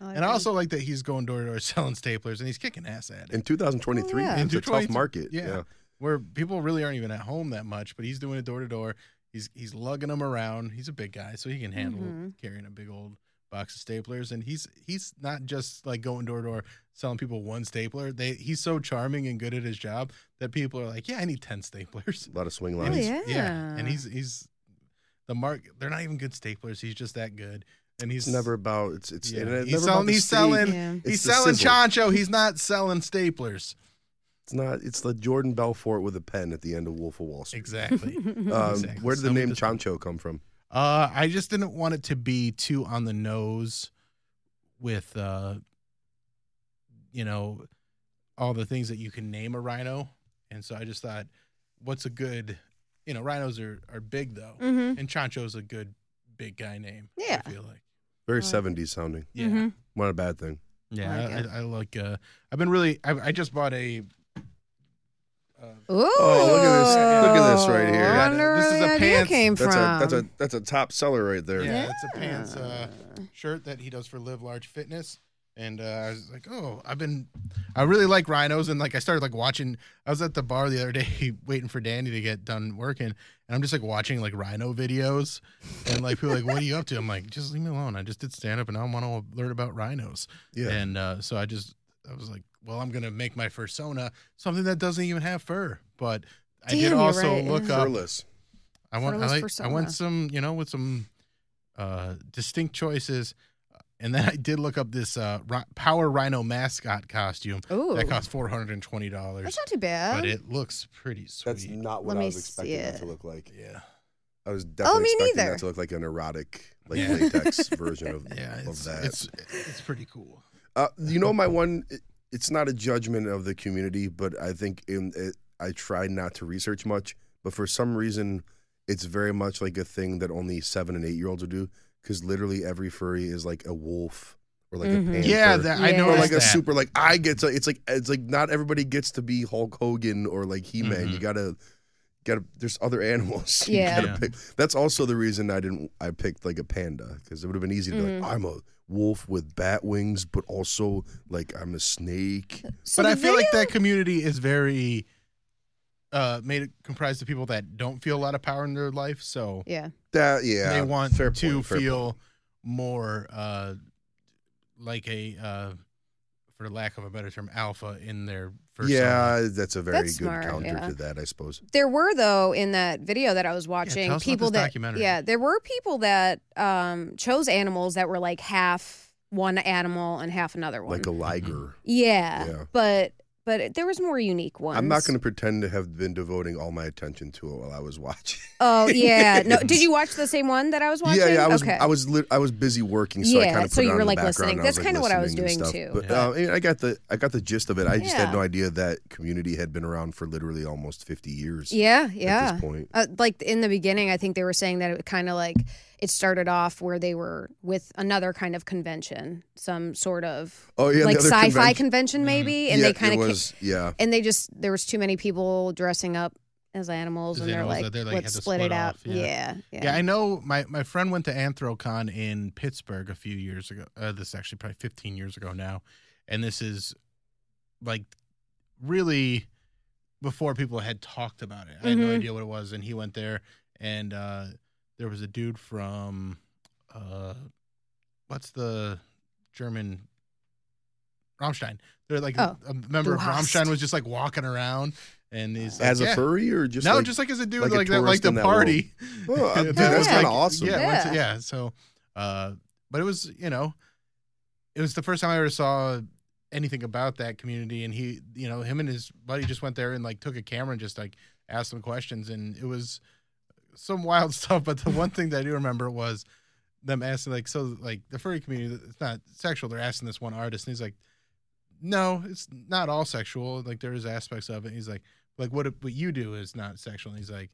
S3: I like
S1: and I
S3: it.
S1: also like that he's going door to door selling staplers and he's kicking ass at it.
S2: In 2023,
S3: Oh, yeah.
S2: it's
S1: In
S2: a tough
S1: 2023
S2: market.
S1: yeah. where people really aren't even at home that much, but he's doing it door to door. He's he's lugging them around. He's a big guy, so he can handle
S3: Mhm.
S1: carrying a big old box of staplers. And he's he's not just like going door to door selling people one stapler. They he's so charming and good at his job that people are like, yeah, I need ten staplers.
S2: a lot of swing
S1: And
S2: lines.
S3: Oh, yeah.
S1: he's- and he's he's the mark. They're not even good staplers. He's just that good. and he's
S2: It's never about it's it's
S1: Yeah.
S2: and it's
S1: He's
S2: never
S1: selling-
S2: about the
S1: he's
S2: steak.
S1: selling- And
S3: Yeah.
S1: he's
S2: it's the
S1: selling
S2: sizzle.
S1: Chancho. He's not selling staplers.
S2: It's not it's the Jordan Belfort with a pen at the end of Wolf of Wall Street.
S1: Exactly.
S2: Um,
S1: Exactly.
S2: Where did the
S1: Some of
S2: name
S1: this-
S2: Chancho come from?
S1: Uh, I just didn't want it to be too on the nose with, uh, you know, all the things that you can name a rhino. And so I just thought, what's a good, you know, rhinos are, are big though.
S3: Mhm.
S1: And Chancho's a good big guy name.
S3: Yeah.
S1: I feel like.
S2: Very
S3: Well-
S2: 70s sounding.
S1: Yeah.
S3: Mhm.
S2: Not a bad thing.
S1: Yeah.
S3: I like
S1: I, I, I like, uh, I've been really, I, I just bought a, uh,
S3: Ooh,
S2: Oh, look at this- look at this right here.
S3: I
S1: Yeah,
S3: wonder
S1: this
S3: where
S1: is
S3: the
S1: a
S3: idea
S1: pants-
S3: came
S2: That's
S3: from.
S2: a that's a that's a top seller right there.
S1: Yeah. it's a pants, uh, shirt that he does for Live Large Fitness. And uh, I was like, oh, I've been, I really like rhinos. And like, I started like watching, I was at the bar the other day waiting for Danny to get done working. And I'm just like watching like rhino videos. And like, people are like, what are you up to? I'm like, just leave me alone. I just did stand up and I want to learn about rhinos.
S2: Yeah.
S1: And uh, so I just, I was like, well, I'm going to make my fursona something that doesn't even have fur. But I
S3: Damn,
S1: did
S3: you're
S1: also
S3: right,
S1: look
S3: yeah.
S1: up
S2: Furless.
S1: I want I,
S3: Furless
S1: like, I
S3: persona.
S1: want some, you know, with some uh distinct choices. And then I did look up this uh ri- power rhino mascot costume.
S3: Ooh,
S1: That costs four hundred and twenty dollars.
S3: that's not too bad.
S1: But it looks pretty sweet.
S2: That's not what
S3: Let
S2: I
S3: me
S2: was expecting
S3: see
S2: that
S3: it. Oh,
S2: to look like.
S1: yeah.
S2: I was definitely
S3: me
S2: expecting
S3: neither.
S2: that to look like an erotic, like
S1: Yeah.
S2: latex version of,
S1: Yeah,
S2: of
S1: it's,
S2: that.
S1: it's it's pretty cool.
S2: Uh, you know, my one. It, it's not a judgment of the community, but I think in it, I try not to research much. But for some reason, it's very much like a thing that only seven and eight year olds will do because literally every furry is like a wolf or like
S3: Mhm.
S2: a panther.
S1: Yeah, that, I
S3: Yeah.
S1: know
S2: Or like
S1: that.
S2: a super like I get to it's like it's like not everybody gets to be Hulk Hogan or like He Man. You
S1: Mhm.
S2: gotta gotta there's other animals. you
S3: Yeah.
S2: gotta
S1: Yeah.
S2: pick. That's also the reason I didn't I picked like a panda because it would have been easy to be
S3: Mm-hmm.
S2: like I'm a wolf with bat wings, but also like I'm a snake.
S3: So
S1: but I
S3: the
S1: feel like
S3: video-
S1: that community is very uh made comprised of people that don't feel a lot of power in their life, so
S3: Yeah.
S2: That yeah.
S1: they want
S2: fair
S1: to
S2: point, fair
S1: feel more uh, like a, uh, for lack of a better term, alpha in their first.
S2: yeah, that's a very
S3: That's
S2: good
S3: smart,
S2: counter
S3: yeah.
S2: to that, I suppose.
S3: There were though in that video that I was watching
S1: tell us about
S3: people
S1: this
S3: that
S1: documentary.
S3: yeah, there were people that um chose animals that were like half one animal and half another one.
S2: Like a
S3: Mm-hmm.
S2: liger.
S3: yeah,
S2: Yeah.
S3: But but it- there was more unique ones.
S2: I'm not going to pretend to have been devoting all my attention to it while I was watching.
S3: Oh yeah. No, did you watch the same one that I was watching?
S2: Yeah, yeah, I was,
S3: okay.
S2: I was, lit I was busy working, so I
S3: Yeah,
S2: kind of
S3: so
S2: put it
S3: you
S2: on
S3: were,
S2: in
S3: like,
S2: the background.
S3: listening.
S2: and I
S3: That's
S2: was,
S3: kinda
S2: like,
S3: what I was
S2: listening and
S3: doing,
S2: stuff.
S1: too.
S2: But uh, I, mean, I got the, I got the gist of it. I just
S3: Yeah.
S2: had no idea that community had been around for literally almost 50 years.
S3: yeah,
S2: At
S3: yeah.
S2: this point,
S3: Uh, like in the beginning, I think they were saying that it kind of like it started off where they were with another kind of convention, some sort of
S2: oh yeah,
S3: like
S2: the other convention-
S3: sci-fi
S1: Mm-hmm.
S3: convention maybe, and
S2: yeah,
S3: they kind
S2: it
S3: of
S2: was, yeah.
S3: and they just there was too many people dressing up as animals,
S1: As
S3: and they're
S1: animals
S3: like,
S1: that they're, like,
S3: let's
S1: had to
S3: split,
S1: split
S3: it out.
S1: off,
S3: Yeah,
S1: yeah.
S3: yeah.
S1: Yeah, I know. My my friend went to Anthrocon in Pittsburgh a few years ago. Uh, this is actually probably 15 years ago now, and this is like really before people had talked about it. I had no
S2: Mm-hmm.
S3: Mhm.
S1: idea what it was, and he went there, and uh, there was a dude from uh, what's the German Rammstein? They're like
S3: Oh,
S1: a member of
S3: Du hast.
S1: Rammstein was just like walking around, and he's like,
S2: As a
S1: yeah.
S2: furry or just
S1: no,
S2: like,
S1: just like as a dude,
S2: like
S1: like,
S2: a
S1: that, like
S2: tourist
S1: the
S2: in that
S1: party.
S2: world. Well, I-
S1: But
S2: dude,
S3: that's
S1: like-
S2: kinda awesome.
S1: Yeah, once-
S3: Yeah.
S1: yeah. So, uh, but it was you know, it was the first time I ever saw anything about that community, and he, you know, him and his buddy just went there and like took a camera and just like asked some questions, and it was some wild stuff. But the one thing that I do remember was them asking like, so like the furry community, it's not sexual. They're asking this one artist, and he's like, no, it's not all sexual. Like there is aspects of it. He's like, like what what you do is not sexual. And he's like,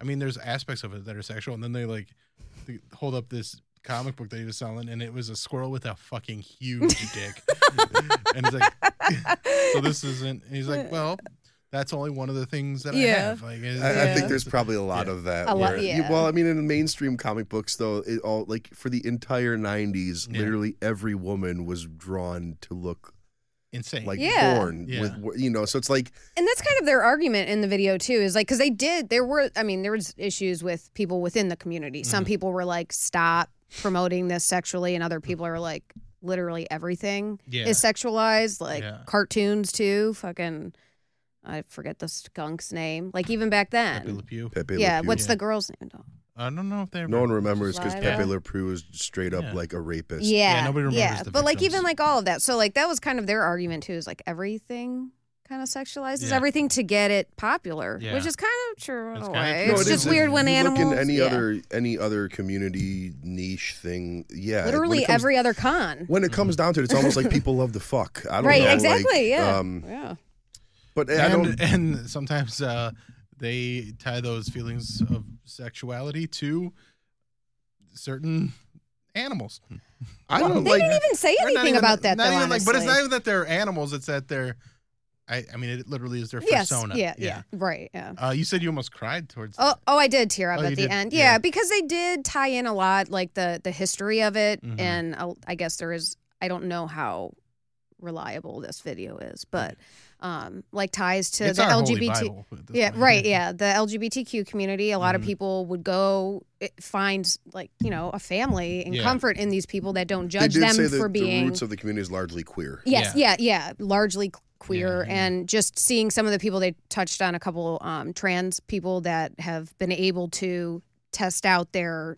S1: I mean, there's aspects of it that are sexual. And then they like they hold up this comic book that he was selling, and it was a squirrel with a fucking huge dick. and he's like, so this isn't. And he's like, well, that's only one of the things that I
S3: Yeah.
S1: have. Like,
S2: I, I
S3: Yeah.
S2: think there's probably a lot
S1: Yeah.
S2: of that.
S3: A lot-
S2: where- you-
S3: yeah.
S2: Well, I mean, in the mainstream comic books, though, it all like for the entire '90s,
S1: Yeah.
S2: literally every woman was drawn to look
S1: insane.
S2: like
S3: Yeah.
S2: porn.
S1: Yeah.
S2: With you know, so it's like
S3: And that's kind of their argument in the video too, is like because they did there were I mean there was issues with people within the community.
S1: Mm-hmm.
S3: Some people were like stop promoting this sexually, and other people are like literally everything
S1: yeah,
S3: is sexualized, like
S1: Yeah.
S3: cartoons too. Fucking, I forget the skunk's name. Like even back
S1: Pepe Le
S3: then,
S1: Pew.
S2: Pepe Le
S3: yeah.
S2: Pew.
S3: What's
S1: Yeah.
S3: the girl's name? though?
S1: I don't know if they.
S2: No one remembers because
S3: Live
S2: Pepe
S1: up.
S2: Le Pew was straight up
S1: Yeah.
S2: like a rapist.
S3: Yeah,
S1: nobody remembers the
S3: but like
S1: victims.
S3: even like all of that. So like that was kind of their argument too. Is like everything kind of sexualizes
S1: Yeah.
S3: everything to get it popular,
S1: Yeah.
S3: which is kind of true in
S1: It's
S3: a
S1: kinda
S3: way.
S1: true.
S3: It's
S1: No, it
S3: just
S1: is.
S3: weird
S2: If
S3: when
S2: you
S3: animals
S2: look in any
S3: yeah.
S2: other uh, any other community niche thing. Yeah, it- when it
S3: literally
S2: comes-
S3: every other con.
S2: When it comes down to it, it's almost like people love to fuck. I don't
S3: Right,
S2: know. like,
S3: exactly. yeah.
S2: Um,
S3: yeah.
S2: but I
S1: and,
S2: don't.
S1: and sometimes uh, they tie those feelings of sexuality to certain animals.
S2: I
S3: They
S2: don't like.
S3: didn't even say
S1: Or not
S3: anything
S1: even-
S3: about that
S1: not
S3: though.
S1: even like- but it's not
S3: honestly.
S1: even that they're animals. It's that they're. I, I mean, it literally is their
S3: yes,
S1: persona.
S3: Yeah, yeah. Right. Yeah.
S1: Uh, you said you almost cried towards.
S3: Oh,
S1: that.
S3: oh, I did tear up
S1: Oh, you
S3: at the
S1: did?
S3: end.
S1: Yeah.
S3: Yeah, because they did tie in a lot, like the the history of it,
S1: Mhm.
S3: and uh, I guess there is. I don't know how reliable this video is, but um, like ties to
S1: It's
S3: the
S1: our holy
S3: LGBT.
S1: Bible at this
S3: Yeah,
S1: point.
S3: right. Yeah, the LGBTQ community. A lot
S1: Mhm.
S3: of people would go eh, find like you know a family and
S1: Yeah.
S3: comfort in these people that don't
S2: They
S3: judge
S2: do
S3: them
S2: say that
S3: for
S2: the
S3: being
S2: roots of the community is largely queer.
S3: Yes, yeah, yeah, largely c- queer,
S1: yeah.
S3: and just seeing some of the people they touched on a couple um, trans people that have been able to test out their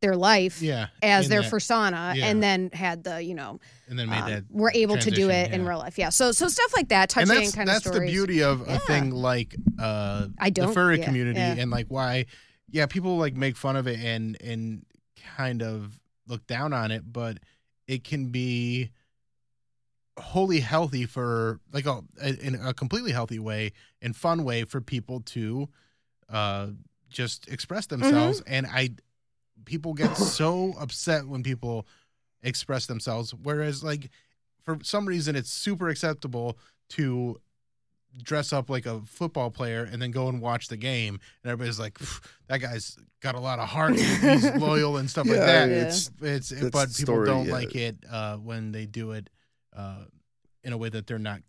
S3: their life
S1: Yeah.
S3: as
S1: in
S3: their
S1: that-
S3: persona,
S1: yeah.
S3: and then had the you know
S1: and then made
S3: um,
S1: that
S3: were able to do
S1: transition,
S3: it in
S1: yeah.
S3: real life. Yeah, so so stuff like that,
S1: and
S3: touching
S1: that's
S3: kind
S1: that's
S3: of stories.
S1: the beauty of a
S3: Yeah.
S1: thing like uh the
S3: I don't-
S1: furry
S3: yeah,
S1: community
S3: yeah.
S1: and like why yeah people like make fun of it and and kind of look down on it but it can be wholly healthy for like a in a completely healthy way and fun way for people to uh just express
S3: Mm-hmm.
S1: themselves and i people get so upset when people express themselves whereas like for some reason it's super acceptable to dress up like a football player and then go and watch the game and everybody's like "Pff, that guy's got a lot of heart he's loyal and stuff like
S2: Yeah,
S1: that
S2: it's-
S1: it's
S2: that's
S1: but
S2: the
S1: people
S2: story,
S1: don't
S2: yeah.
S1: like it uh when they do it uh in a way that they're not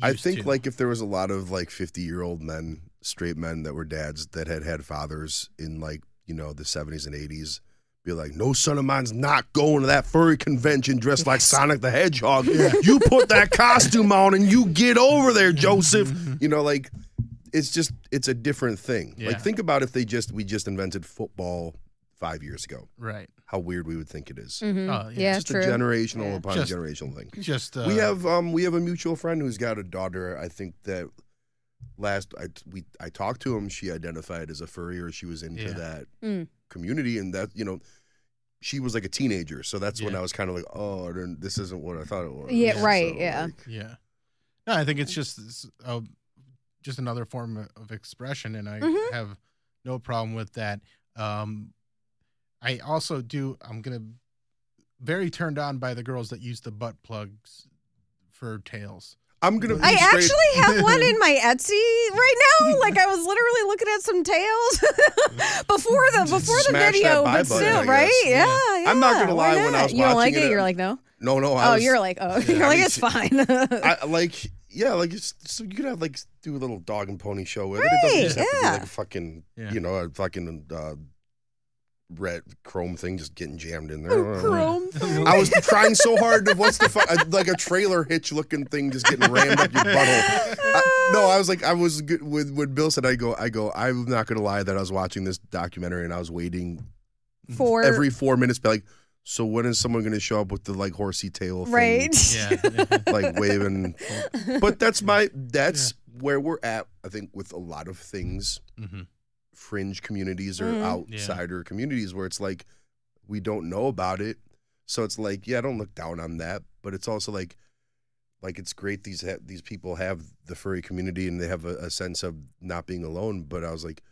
S2: I
S1: used
S2: think
S1: to.
S2: like if there was a lot of like 50 year old men, straight men that were dads that had had fathers in like, you know, the 70s and 80s, be like, no son of mine's not going to that furry convention dressed like Sonic the Hedgehog. You put that costume on and you get over there, Joseph. You know, like it's just, it's a different thing.
S1: Yeah.
S2: Like think about if they just, we just invented football five years ago,
S1: right
S2: how weird we would think it is.
S3: Mhm.
S1: Oh, yeah,
S3: yeah,
S2: Just
S3: true.
S2: a generational
S3: Yeah.
S2: upon
S1: Just-
S2: generational thing
S1: just uh,
S2: we have um we have a mutual friend who's got a daughter. I think that last I we I talked to him. She identified as a furry, or she was into
S1: Yeah.
S2: that
S3: Mm.
S2: community, and that you know. She was like a teenager, so that's when
S1: Yeah.
S2: I was kind of like, "Oh, I didn't- this isn't what I thought it was."
S3: Yeah,
S2: So,
S3: right, yeah.
S2: like,
S1: Yeah. No, I think it's just it's, uh, just another form of expression, and I
S3: Mhm.
S1: have no problem with that. Um, I also do. I'm gonna very turned on by the girls that use the butt plugs for tails.
S2: I'm gonna. Be
S3: I
S2: straight-
S3: actually have one in my Etsy right now. Like I was literally looking at some tails before the
S2: Just
S3: before the
S2: smash that
S3: video,
S2: buy
S3: but
S2: button, I
S3: still,
S2: guess.
S3: right?
S1: Yeah.
S3: Yeah.
S2: I'm not gonna
S3: yeah.
S2: lie,
S3: Why
S2: when I
S3: not?
S2: was
S3: you don't like
S2: watching
S3: it,
S2: it,
S3: you're like no.
S2: No, no. I
S3: oh,
S2: was,
S3: you're like oh,
S2: Yeah,
S3: you're like
S2: I
S3: it's
S2: mean,
S3: fine.
S2: I, like, yeah, like it's, so you could have like do a little dog and pony show with it. It doesn't
S3: Right,
S2: just have to
S3: yeah.
S2: be like a fucking,
S1: Yeah.
S2: you know, a fucking uh, red chrome thing just getting jammed in there.
S3: Chrome.
S2: I was trying so hard to what's the fu- uh, like a trailer hitch looking thing just getting rammed up your butthole. I, no, I was like, I was good with when Bill said, I go, I go, I'm not gonna lie that I was watching this documentary and I was waiting
S3: for
S2: every four minutes, be like, so when is someone gonna show up with the like horsey tail thing,
S3: right.
S1: Yeah. yeah.
S2: like waving? But that's my that's where we're at. I think with a lot of things,
S1: Mhm.
S2: fringe communities or
S3: Mhm.
S1: Yeah.
S2: outsider communities where it's like we don't know about it. So it's like, yeah, don't look down on that, but it's also like, like it's great these ha- these people have the furry community and they have a, a sense of not being alone. But I was like,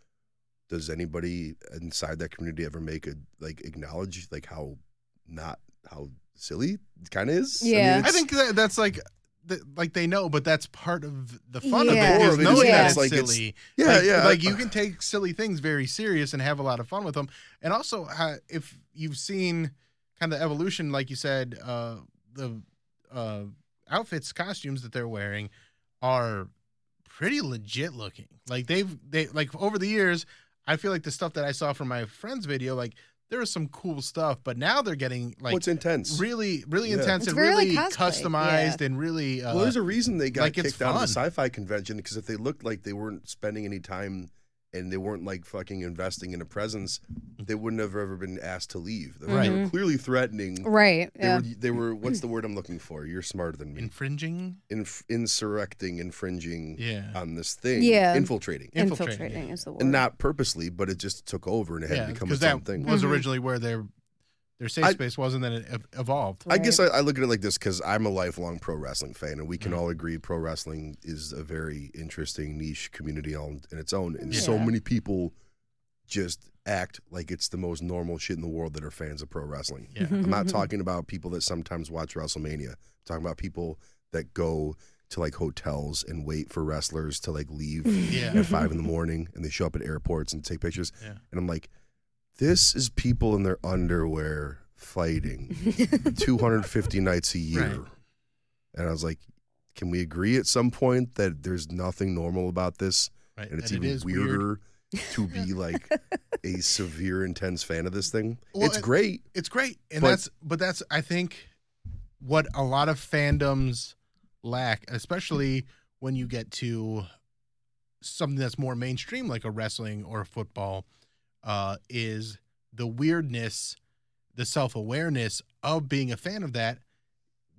S2: does anybody inside that community ever make a like acknowledge like how not how silly it kind of is?
S3: Yeah.
S1: I think that, that's like. th- Like they know, but that's part of the fun
S3: Yeah.
S1: of it.
S2: Core
S1: Is
S2: of it is
S1: knowing
S3: that
S1: that
S2: it's
S1: it's
S2: like it's-
S1: silly.
S2: yeah,
S1: like,
S2: yeah.
S1: Like you can take silly things very serious and have a lot of fun with them. And also, uh, if you've seen kind of the evolution, like you said, uh, the uh, outfits, costumes that they're wearing are pretty legit looking. Like they've they like over the years, I feel like the stuff that I saw from my friend's video, like there was some cool stuff, but now they're getting like
S2: what's intense.
S1: really, really
S2: Yeah.
S1: intense
S3: It's
S1: and
S3: very, like,
S1: really
S3: cosplay.
S1: customized and really uh,
S2: well, there's a reason they got
S1: like, it's
S2: kicked out of the
S1: fun.
S2: sci-fi convention because if they looked like they weren't spending any time and they weren't like fucking investing in a presence, they wouldn't have ever been asked to leave. They were,
S1: Mm-hmm. Right.
S2: they were clearly threatening.
S3: Mm-hmm. Right.
S2: Mm-hmm. They
S3: Yeah.
S2: were. They were. What's the word I'm looking for? You're smarter than me.
S1: infringing.
S2: Inf- insurrecting, infringing
S1: Yeah.
S2: on this thing.
S3: Yeah.
S2: Infiltrating.
S1: Infiltrating,
S3: Infiltrating, is the word.
S2: And not purposely, but it just took over and it had
S1: yeah,
S2: become its
S1: that
S2: own thing.
S1: was
S3: Mhm.
S1: originally where their their safe
S2: I-
S1: space was, and then it ev- evolved.
S2: I guess I,
S3: Right. Mm-hmm.
S2: I look at it like this because I'm a lifelong pro wrestling fan, and we can all agree pro wrestling is a very interesting niche community on in its own, and so
S3: Yeah.
S2: many people just act like it's the most normal shit in the world that are fans of pro wrestling.
S1: Yeah.
S2: I'm
S3: Mm-hmm.
S2: not talking about people that sometimes watch WrestleMania. I'm talking about people that go to like hotels and wait for wrestlers to like leave
S1: Yeah.
S3: Mm-hmm.
S2: at five in the morning, and they show up at airports and take pictures.
S1: Yeah.
S2: And I'm like, this is people in their underwear fighting.
S3: Mm-hmm.
S2: 250 nights a year.
S1: Right.
S2: And I was like, can we agree at some point that there's nothing normal about this?
S1: Right.
S2: And it's
S1: that it
S2: even
S1: is weird.
S2: weirder to be like a severe, intense fan of this thing.
S1: Well,
S2: it's
S1: it-
S2: great.
S1: It's great, and
S2: But-
S1: that's but that's I think what a lot of fandoms lack, especially when you get to something that's more mainstream, like a wrestling or a football, uh, is the weirdness, the self awareness of being a fan of that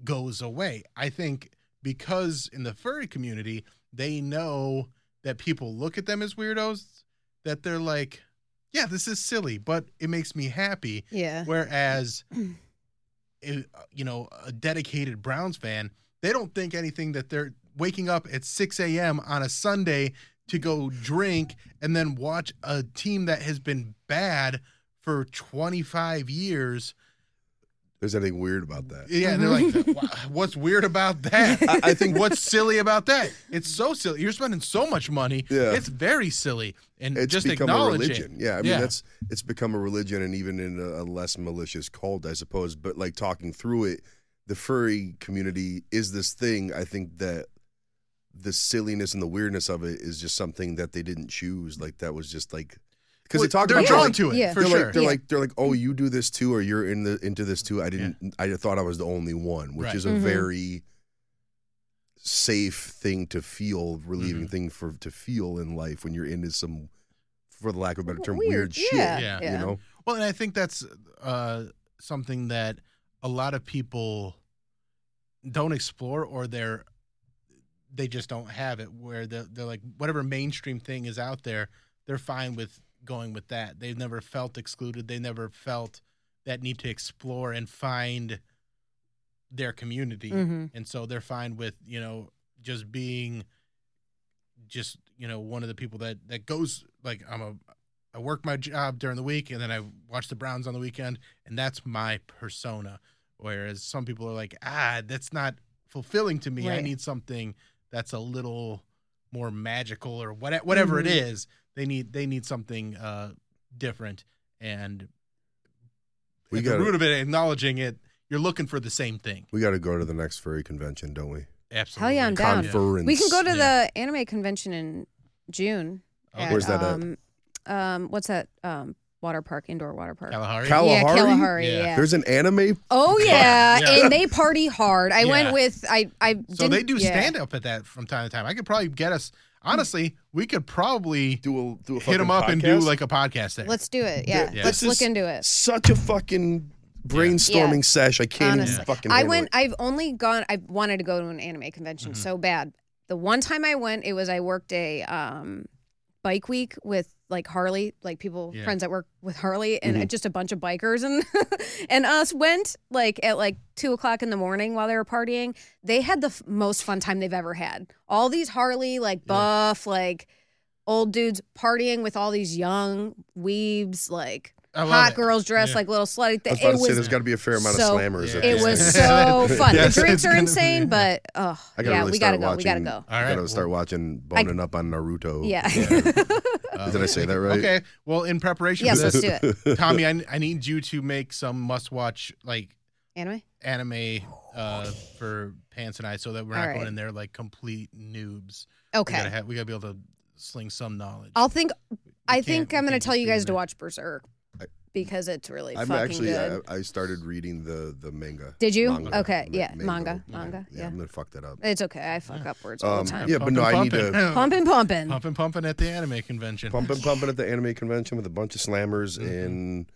S1: goes away. I think because in the furry community, they know that people look at them as weirdos, that they're like, yeah, this is silly, but it makes me happy.
S3: yeah.
S1: Whereas, it, you know, a dedicated Browns fan, they don't think anything that they're waking up at 6 a.m. on a Sunday to go drink and then watch a team that has been bad for 25 years.
S2: There's anything weird about that.
S1: Yeah, and they're like,
S2: Mm-hmm.
S1: "Wha- what's weird about that?
S2: I- I think-
S1: what's silly about that? It's so silly. You're spending so much money.
S2: Yeah.
S1: It's very silly. And
S2: It's
S1: just
S2: become a
S1: acknowledge
S2: religion.
S1: it.
S2: Yeah. I mean,
S1: Yeah.
S2: that's it's become a religion and even in a, a less malicious cult, I suppose. But like talking through it, the furry community is this thing. I think that the silliness and the weirdness of it is just something that they didn't choose. Like that was just like because
S1: Well,
S2: they talk
S1: they're
S2: about
S1: drawn
S2: like,
S1: to it
S3: Yeah.
S1: for
S2: they're
S1: sure.
S2: like they're
S3: Yeah.
S2: like they're like oh you do this too or you're in the into this too. I didn't. I thought I was the only one, which
S1: Right.
S2: is a
S3: Mhm.
S2: very safe thing to feel, relieving
S1: Mm-hmm.
S2: thing for to feel in life when you're into some, for the lack of a better term, weird, shit.
S3: Yeah.
S1: Yeah.
S3: Yeah.
S2: You know,
S1: Well, and I think that's uh, something that a lot of people don't explore, or they're they just don't have it. Where they're, they're like, whatever mainstream thing is out there, they're fine with going with that. They've never felt excluded. They never felt that need to explore and find their community,
S3: Mm-hmm.
S1: and so they're fine with you know just being just you know one of the people that that goes like I'm a I work my job during the week and then I watch the Browns on the weekend and that's my persona. Whereas some people are like, ah, that's not fulfilling to me. I
S3: Right.
S1: need something that's a little more magical or what, whatever it
S3: Mhm.
S1: is. They need they need something uh, different and
S2: We
S1: at the
S2: gotta-
S1: root of it, acknowledging it, you're looking for the same thing.
S2: we got to go to the next furry convention, don't we?
S1: Absolutely.
S3: I'm down.
S2: Conference.
S3: We can go to
S1: Yeah.
S3: the anime convention in June.
S1: Okay.
S3: at,
S2: Where's that at?
S3: um, Um, what's that? Um, water park, indoor water park.
S1: Kalahari.
S2: Cal- Kalahari?
S3: Yeah, Kalahari.
S1: Yeah.
S3: Yeah.
S2: There's an anime.
S3: oh yeah.
S1: Yeah.
S3: and they party hard. I
S1: Yeah.
S3: went with I. I
S1: so
S3: didn't-
S1: they do
S3: yeah. Mm.
S1: stand up at that from time to time. I could probably get us. Honestly, we could probably
S2: Do a do a
S1: hit them
S2: fucking
S1: up and do
S2: podcast?
S1: like a podcast there.
S3: Let's do it. Yeah,
S1: Yeah.
S3: let's
S2: This
S3: look
S2: is
S3: into it.
S2: such a fucking brainstorming sesh. I can't even
S3: Honestly.
S2: fucking.
S3: I
S2: handle
S3: went.
S2: it. Mm-hmm.
S3: I've only gone. I wanted to go to an anime convention
S1: Mhm.
S3: so bad. The one time I went, it was I worked a um, bike week with like Harley, like people
S1: Yeah.
S3: friends that work with Harley, and uh,
S2: Mhm.
S3: just a bunch of bikers and and us went like at like two o'clock in the morning while they were partying. They had the f- most fun time they've ever had. All these Harley like
S1: Yeah.
S3: buff like old dudes partying with all these young weebs like
S1: I love
S3: hot
S1: it.
S3: girls dressed
S1: Yeah.
S3: like little slutty.
S2: I
S3: Th-
S2: was about
S3: it
S2: to say
S3: was
S2: there's got to be a fair amount
S3: so-
S2: of slammers. at
S1: Yeah.
S3: it
S2: these
S3: was
S2: things.
S3: so fun.
S1: Yes,
S3: the drinks
S1: it's
S3: are
S1: gonna
S3: insane,
S1: be-
S3: but oh
S2: I gotta
S3: yeah,
S2: really
S3: we
S2: start
S3: gotta go. we gotta
S2: watching-
S3: go.
S1: All
S2: I
S1: right.
S2: gotta start watching boning up on Naruto.
S3: Yeah.
S1: Uh,
S2: Did I say that right?
S1: Okay. Well, in preparation
S3: yes,
S1: for
S3: let's
S1: this,
S3: do it.
S1: Tommy, I, I need you to make some must-watch like
S3: Anime.
S1: anime uh, for Pants and I, so that we're not
S3: All
S1: going
S3: right.
S1: in there like complete noobs. We gotta
S3: Okay.
S1: have, we gotta be able to sling some knowledge.
S3: I'll think. I
S1: can't-
S3: think
S1: we
S3: I'm gonna
S1: can't
S3: tell
S1: just
S3: you
S1: be in
S3: guys to
S1: there.
S3: watch Berserk. because it's really
S2: I'm
S3: fucking
S2: actually uh,
S3: good.
S2: I, I started reading the the manga.
S3: Did you?
S2: Manga.
S3: Okay,
S2: Ma-
S3: yeah,
S2: mango.
S3: manga,
S1: Yeah,
S3: manga,
S2: Yeah,
S3: yeah.
S2: I'm gonna fuck that up.
S3: It's okay. I fuck up words all
S2: Um,
S3: the time.
S2: yeah, but no, I need
S1: Pumping,
S2: to-
S1: pumping.
S3: Pumping, pumping.
S1: Pumping, pumping at the anime convention.
S2: Pumping, pumping at the anime convention with a bunch of slammers,
S1: Mhm.
S2: and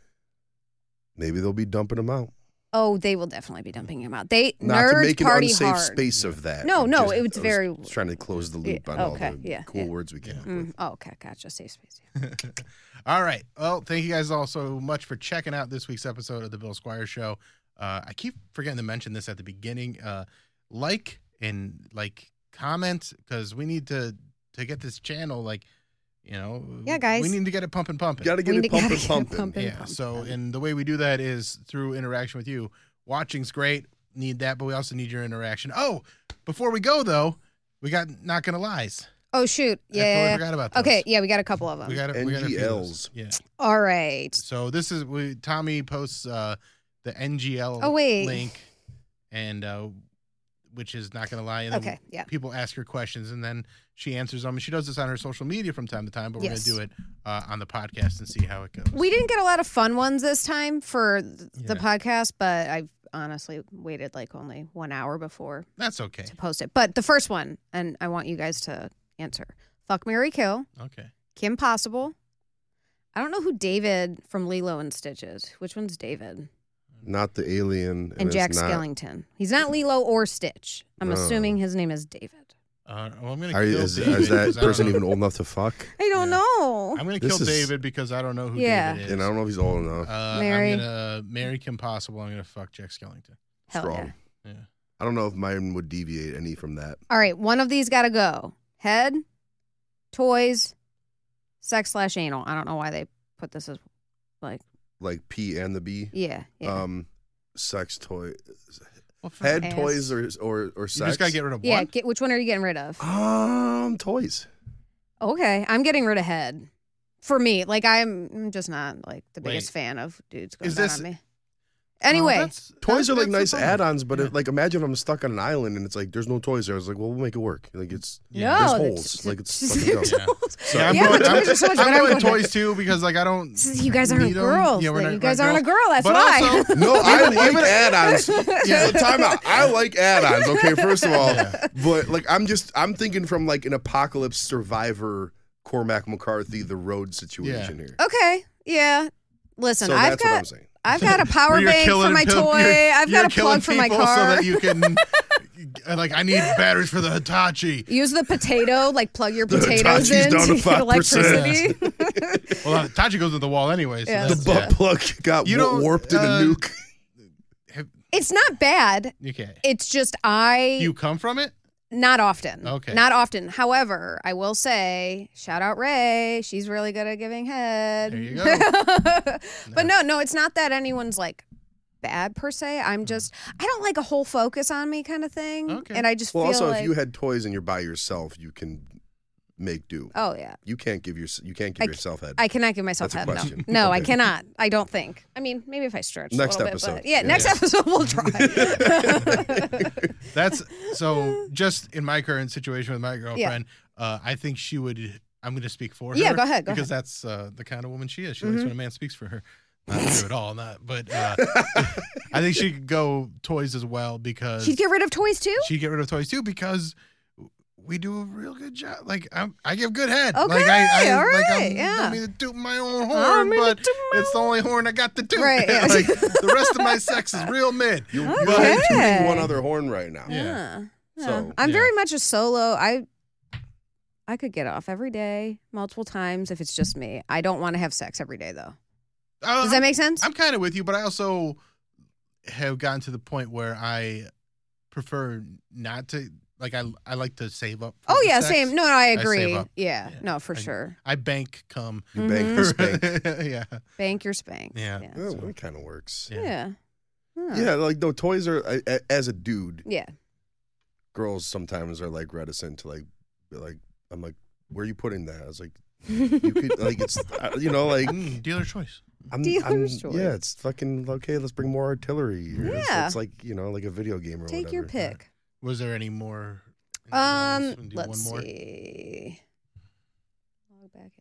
S2: maybe they'll be dumping them out.
S3: Oh, they will definitely be dumping him out. They
S2: Not
S3: nerds
S2: to make an
S3: party
S2: unsafe
S3: hard.
S2: space of that.
S3: No,
S2: I'm
S3: no,
S2: just-
S3: it was
S2: I
S3: very-
S2: just trying to close the loop
S3: Yeah,
S2: on
S3: okay,
S2: all the
S3: yeah,
S2: cool
S3: yeah.
S2: words we came
S1: Yeah.
S2: up with.
S3: Mm, oh, okay, gotcha. Safe space. yeah.
S1: All right. Well, thank you guys all so much for checking out this week's episode of the Bill Squire Show. Uh, I keep forgetting to mention this at the beginning. Uh, like and like comment because we need to to get this channel like you know
S3: Yeah, guys.
S1: we need to get it pumping pumping.
S2: Gotta get
S3: We
S2: it
S3: need to-
S2: pumping,
S3: gotta get it
S2: pumping.
S3: pumping.
S1: yeah. So and the way we do that is through interaction with you. Watching's great. Need that, but we also need your interaction. Oh, before we go though, we got not gonna lies.
S3: Oh shoot.
S1: I totally
S3: Yeah.
S1: forgot about those.
S3: Okay. Yeah, we got a couple of them.
S1: We got a- we got a few of those.
S2: NGLs.
S1: Yeah.
S3: all right.
S1: So this is we Tommy posts uh the NGL
S3: Oh, wait.
S1: link and uh which is not gonna lie and then
S3: Okay. Yeah.
S1: people ask her questions and then she answers them. She does this on her social media from time to time, but we're
S3: Yes.
S1: gonna do it uh, on the podcast and see how it goes.
S3: We didn't get a lot of fun ones this time for th-
S1: Yeah.
S3: the podcast, but I've honestly waited like only one hour before
S1: That's okay.
S3: to post it. But the first one, and I want you guys to answer: Fuck Mary Kill,
S1: Okay.
S3: Kim Possible. I don't know who David from Lilo and Stitch is. Which one's David?
S2: Not the alien.
S3: and
S2: it's
S3: Jack
S2: not-
S3: Skellington. He's not Lilo or Stitch. I'm
S2: No.
S3: assuming his name is David.
S1: Uh, well, I'm gonna kill
S2: Are, is,
S1: David
S2: is that
S1: 'cause I don't
S2: person
S1: know-
S2: even old enough to fuck?
S3: I don't
S1: Yeah.
S3: know.
S1: I'm gonna
S2: This
S1: kill
S2: is-
S1: David because I don't know who
S3: Yeah.
S1: David is.
S2: And I don't know if he's old enough.
S1: uh,
S3: Mary.
S1: I'm gonna marry Kim Possible. I'm gonna fuck Jack Skellington.
S3: Hell
S2: Strong.
S3: yeah.
S1: Yeah.
S2: I don't know if mine would deviate any from that.
S3: All right, one of these got to go. Head, toys, sex slash anal. I don't know why they put this as
S2: Like P and the B.
S3: yeah. yeah.
S2: Um, sex toy,
S1: Well, for-
S2: head
S3: Ass.
S2: toys or or or
S1: you
S2: sex.
S1: just gotta get rid of
S3: yeah,
S1: one.
S3: get, which one are you getting rid
S1: Uh,
S3: of?
S2: um toys.
S3: Okay, I'm getting rid of head. For me, like I'm I'm just not like the biggest
S1: Wait.
S3: fan of dudes going
S1: Is
S3: down
S1: this-
S3: on me.
S1: Oh,
S3: Anyway,
S1: that's-
S2: Toys
S1: that-
S2: are like
S1: that's
S2: nice
S1: the problem.
S2: add-ons, but
S1: Yeah.
S2: it, like imagine if I'm stuck on an island and it's like there's no toys there. I was like, well, we'll make it work. Like it's
S1: Yeah.
S2: there's
S3: no, that's-
S2: holes. Like, it's
S3: there's
S2: fucking dumb.
S3: holes.
S1: Yeah, I'm
S3: Yeah,
S1: going,
S3: but
S1: I'm,
S3: toys are so much
S1: I'm
S3: better.
S1: going toys too because like I don't.
S3: You guys aren't
S1: Need 'em.
S3: girls.
S1: Yeah, we're
S3: Like,
S1: not-
S3: you guys
S1: not
S3: aren't a girl. That's
S1: but
S3: why.
S1: also,
S2: No, I
S1: Even-
S2: like
S1: even-
S2: add-ons. Yeah, time out. I like add-ons. Okay, first of all,
S1: Yeah.
S2: but like I'm just I'm thinking from like an apocalypse survivor Cormac McCarthy, the road situation here.
S3: Okay. Yeah. Listen,
S2: so
S3: I've
S2: that's what
S3: got
S2: I'm saying.
S3: I've got a power
S1: where you're
S3: bank for
S1: killing
S3: my
S1: peop-
S3: toy.
S1: you're-
S3: I've
S1: you're
S3: got a
S1: killing
S3: plug for my
S1: people so
S3: car.
S1: that you can. like I need batteries for the Hitachi.
S3: Use the potato, like plug your
S2: The
S3: potatoes
S2: Hitachi's
S3: in
S2: down to
S3: to get
S2: 5%.
S3: electricity.
S1: Well, the Hitachi goes to the wall anyway. So
S3: Yeah.
S2: The
S1: that's,
S2: butt plug got
S1: You
S2: wa-
S1: don't,
S2: warped in
S1: uh,
S2: a nuke.
S3: it's not bad.
S1: okay.
S3: It's just I
S1: You come from it.
S3: not often.
S1: Okay.
S3: Not often. However, I will say, shout out Ray. She's really good at giving head.
S1: There you go.
S3: but no, no, it's not that anyone's like bad per se. I'm just I don't like a whole focus on me kind of thing.
S1: Mm. Okay.
S3: And I just
S2: Well,
S3: feel
S2: also
S3: like
S2: if you had toys and you're by yourself, you can make do.
S3: Oh yeah.
S2: You can't give your you can't
S3: I
S2: give
S3: c-
S2: yourself head.
S3: I cannot give myself
S2: That's a
S3: head. No,
S2: question.
S3: no I
S2: Okay.
S3: cannot. I don't think. I mean, maybe if I stretch. a
S2: Next
S3: little bit,
S2: episode.
S3: but- yeah,
S2: Yeah.
S3: next
S1: Yeah.
S3: episode we'll try.
S1: That's so. Just in my current situation with my girlfriend, uh, I think she would. I'm going to speak for her.
S3: Yeah, go ahead, go
S1: because that's uh, the kind of woman she is. She likes
S3: Mhm.
S1: when a man speaks for her. Not true at all. Not, but uh, I think she could go toys as well because
S3: She'd get rid of toys too.
S1: she'd get rid of toys too because we do a real good job. Like I'm, I give good head. like I,
S3: Okay,
S1: I
S3: all
S1: like
S3: right,
S1: I'm,
S3: yeah.
S1: I mean, to toot my own
S3: I'm
S1: horn,
S3: gonna
S1: but
S3: do my
S1: it's the only horn I got to toot.
S3: Right, yeah.
S1: like the rest of my sex is real mid.
S2: you're
S3: Okay.
S2: you're only tooting one other horn right now.
S1: Yeah.
S3: Yeah.
S2: So,
S3: I'm
S1: yeah.
S3: very much a solo. I I could get off every day, multiple times if it's just me. I don't want to have sex every day though.
S1: Uh,
S3: Does that make sense?
S1: I'm kind of with you, but I also have gotten to the point where I prefer not to. Like I, I like to save up. for
S3: oh
S1: the
S3: yeah,
S1: sex.
S3: same. No, no I
S1: save
S3: agree.
S1: up.
S3: yeah.
S1: Yeah.
S3: No, for
S1: I-
S3: sure.
S1: I bank come.
S2: You bang
S3: Mhm.
S2: for spank.
S1: yeah.
S3: Bank your spank.
S1: Yeah.
S3: Yeah.
S2: Yeah, well, it kind of works.
S1: Yeah.
S3: Yeah. Huh.
S2: Yeah, like though toys are I- a- as a dude,
S3: Yeah.
S2: girls sometimes are like reticent to like be like I'm like where are you putting that? I was like you
S3: You
S2: could like it's uh, you know like
S1: Mm, dealer choice.
S2: I'm, I'm
S3: Dealer's choice.
S2: yeah, it's fucking okay, let's bring more artillery. or it's-
S3: Yeah.
S2: It's, like, you know, like a video game or
S3: Take
S2: whatever.
S3: your pick.
S1: Was there any more? anything else?
S3: Um,
S1: Wanna do
S3: let's see. Log back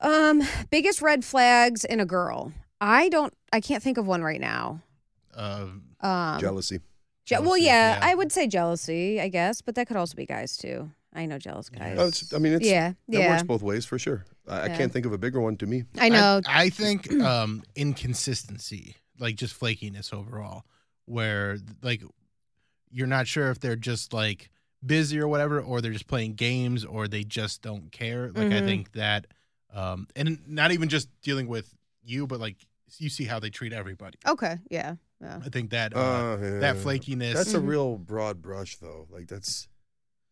S3: Um, biggest red flags in a girl. I don't. I can't think of one right now.
S1: Uh,
S3: Um,
S2: Jealousy.
S3: je- well,
S1: jealousy,
S3: yeah,
S1: yeah.
S3: I would say jealousy, I guess, but that could also be guys too. I know jealous guys.
S1: Yes.
S2: Oh, it's- I mean, it's,
S3: yeah,
S2: It
S3: yeah.
S2: works both ways for sure. I, I
S3: Yeah.
S2: can't think of a bigger one to me.
S3: I know.
S1: I, think um inconsistency, like just flakiness overall, where like you're not sure if they're just like busy or whatever, or they're just playing games, or they just don't care. Like I
S3: Mhm.
S1: think that, um, and not even just dealing with you, but like you see how they treat everybody.
S3: okay. Yeah. Yeah.
S1: I think that uh,
S2: Uh, yeah.
S1: that flakiness.
S2: That's a
S3: Mhm.
S2: real broad brush, though. Like that's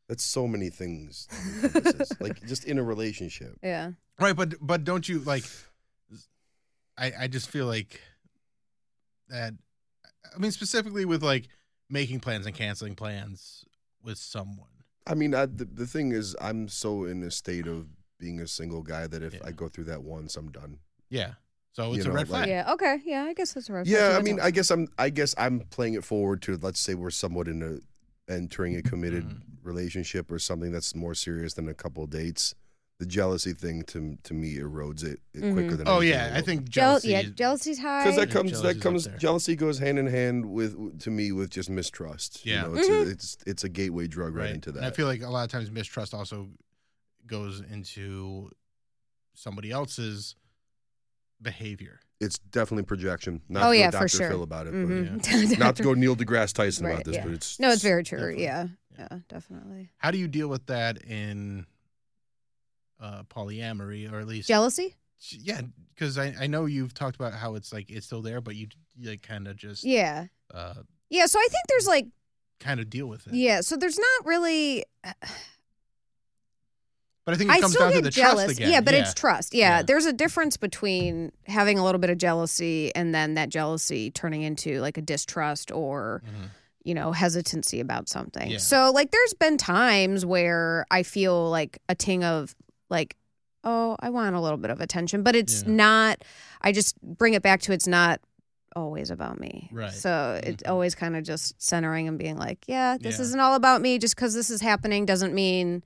S2: that's so many things. that encompasses, like just in a relationship.
S3: Yeah.
S1: Right, but but don't you like? I I just feel like that. I mean, specifically with like making plans and canceling plans with someone.
S2: I mean, I, the, the thing is, I'm so in a state of being a single guy that if
S1: Yeah.
S2: I go through that once, I'm done.
S1: Yeah. So
S2: You
S1: it's
S2: know,
S1: a red
S2: like-
S1: flag.
S3: Yeah. Okay. Yeah. I guess that's a red flag.
S2: Yeah, I
S3: That's
S2: mean,
S3: a-
S2: I guess I'm. I guess I'm playing it forward to. Let's say we're somewhat in a entering a committed
S1: Mhm.
S2: relationship or something that's more serious than a couple of dates. The jealousy thing to to me erodes it, it
S3: Mm-hmm.
S2: quicker than
S1: Oh
S2: anything
S1: yeah, I
S2: will.
S1: think
S3: Jeal-
S1: jealousy.
S3: yeah, jealousy's high.
S2: because that
S1: Yeah,
S2: comes that
S1: jealousy's up
S2: comes
S1: there.
S2: jealousy goes hand in hand with to me with just mistrust.
S1: Yeah.
S2: you know, it's,
S3: Mhm.
S2: a, it's it's a gateway drug right, into
S1: And I
S2: that.
S1: feel like a lot of times mistrust also goes into somebody else's behavior.
S2: it's definitely projection. Not
S3: Oh,
S2: to go
S3: yeah, for
S2: Dr.
S3: sure. Mm-hmm.
S2: Phil about it,
S1: Mhm.
S2: but not to go Neil deGrasse Tyson
S3: Right,
S2: about this,
S3: yeah.
S2: but it's
S3: No, it's very true.
S1: Definitely.
S3: Yeah.
S1: Yeah.
S3: Yeah. Definitely.
S1: How do you deal with that in uh, polyamory, or at least
S3: Jealousy.
S1: yeah because I, I know you've talked about how it's like it's still there but you, you like kind of just
S3: Yeah.
S1: uh
S3: Yeah. So I think there's like
S1: kind of deal with it
S3: Yeah, so there's not really.
S1: but i think it
S3: I
S1: comes
S3: still
S1: down to
S3: get
S1: the
S3: jealous.
S1: trust again
S3: Yeah, but it's trust. Yeah,
S1: Yeah.
S3: there's a difference between having a little bit of jealousy and then that jealousy turning into like a distrust or
S1: Mhm.
S3: you know hesitancy about something.
S1: Yeah.
S3: So like, there's been times where I feel like a ting of like, oh, I want a little bit of attention, but it's
S1: Yeah.
S3: not. I just bring it back to it's not always about me.
S1: Right.
S3: So it's
S1: Mhm.
S3: always kind of just centering and being like, yeah, this
S1: Yeah.
S3: isn't all about me. Just because this is happening doesn't mean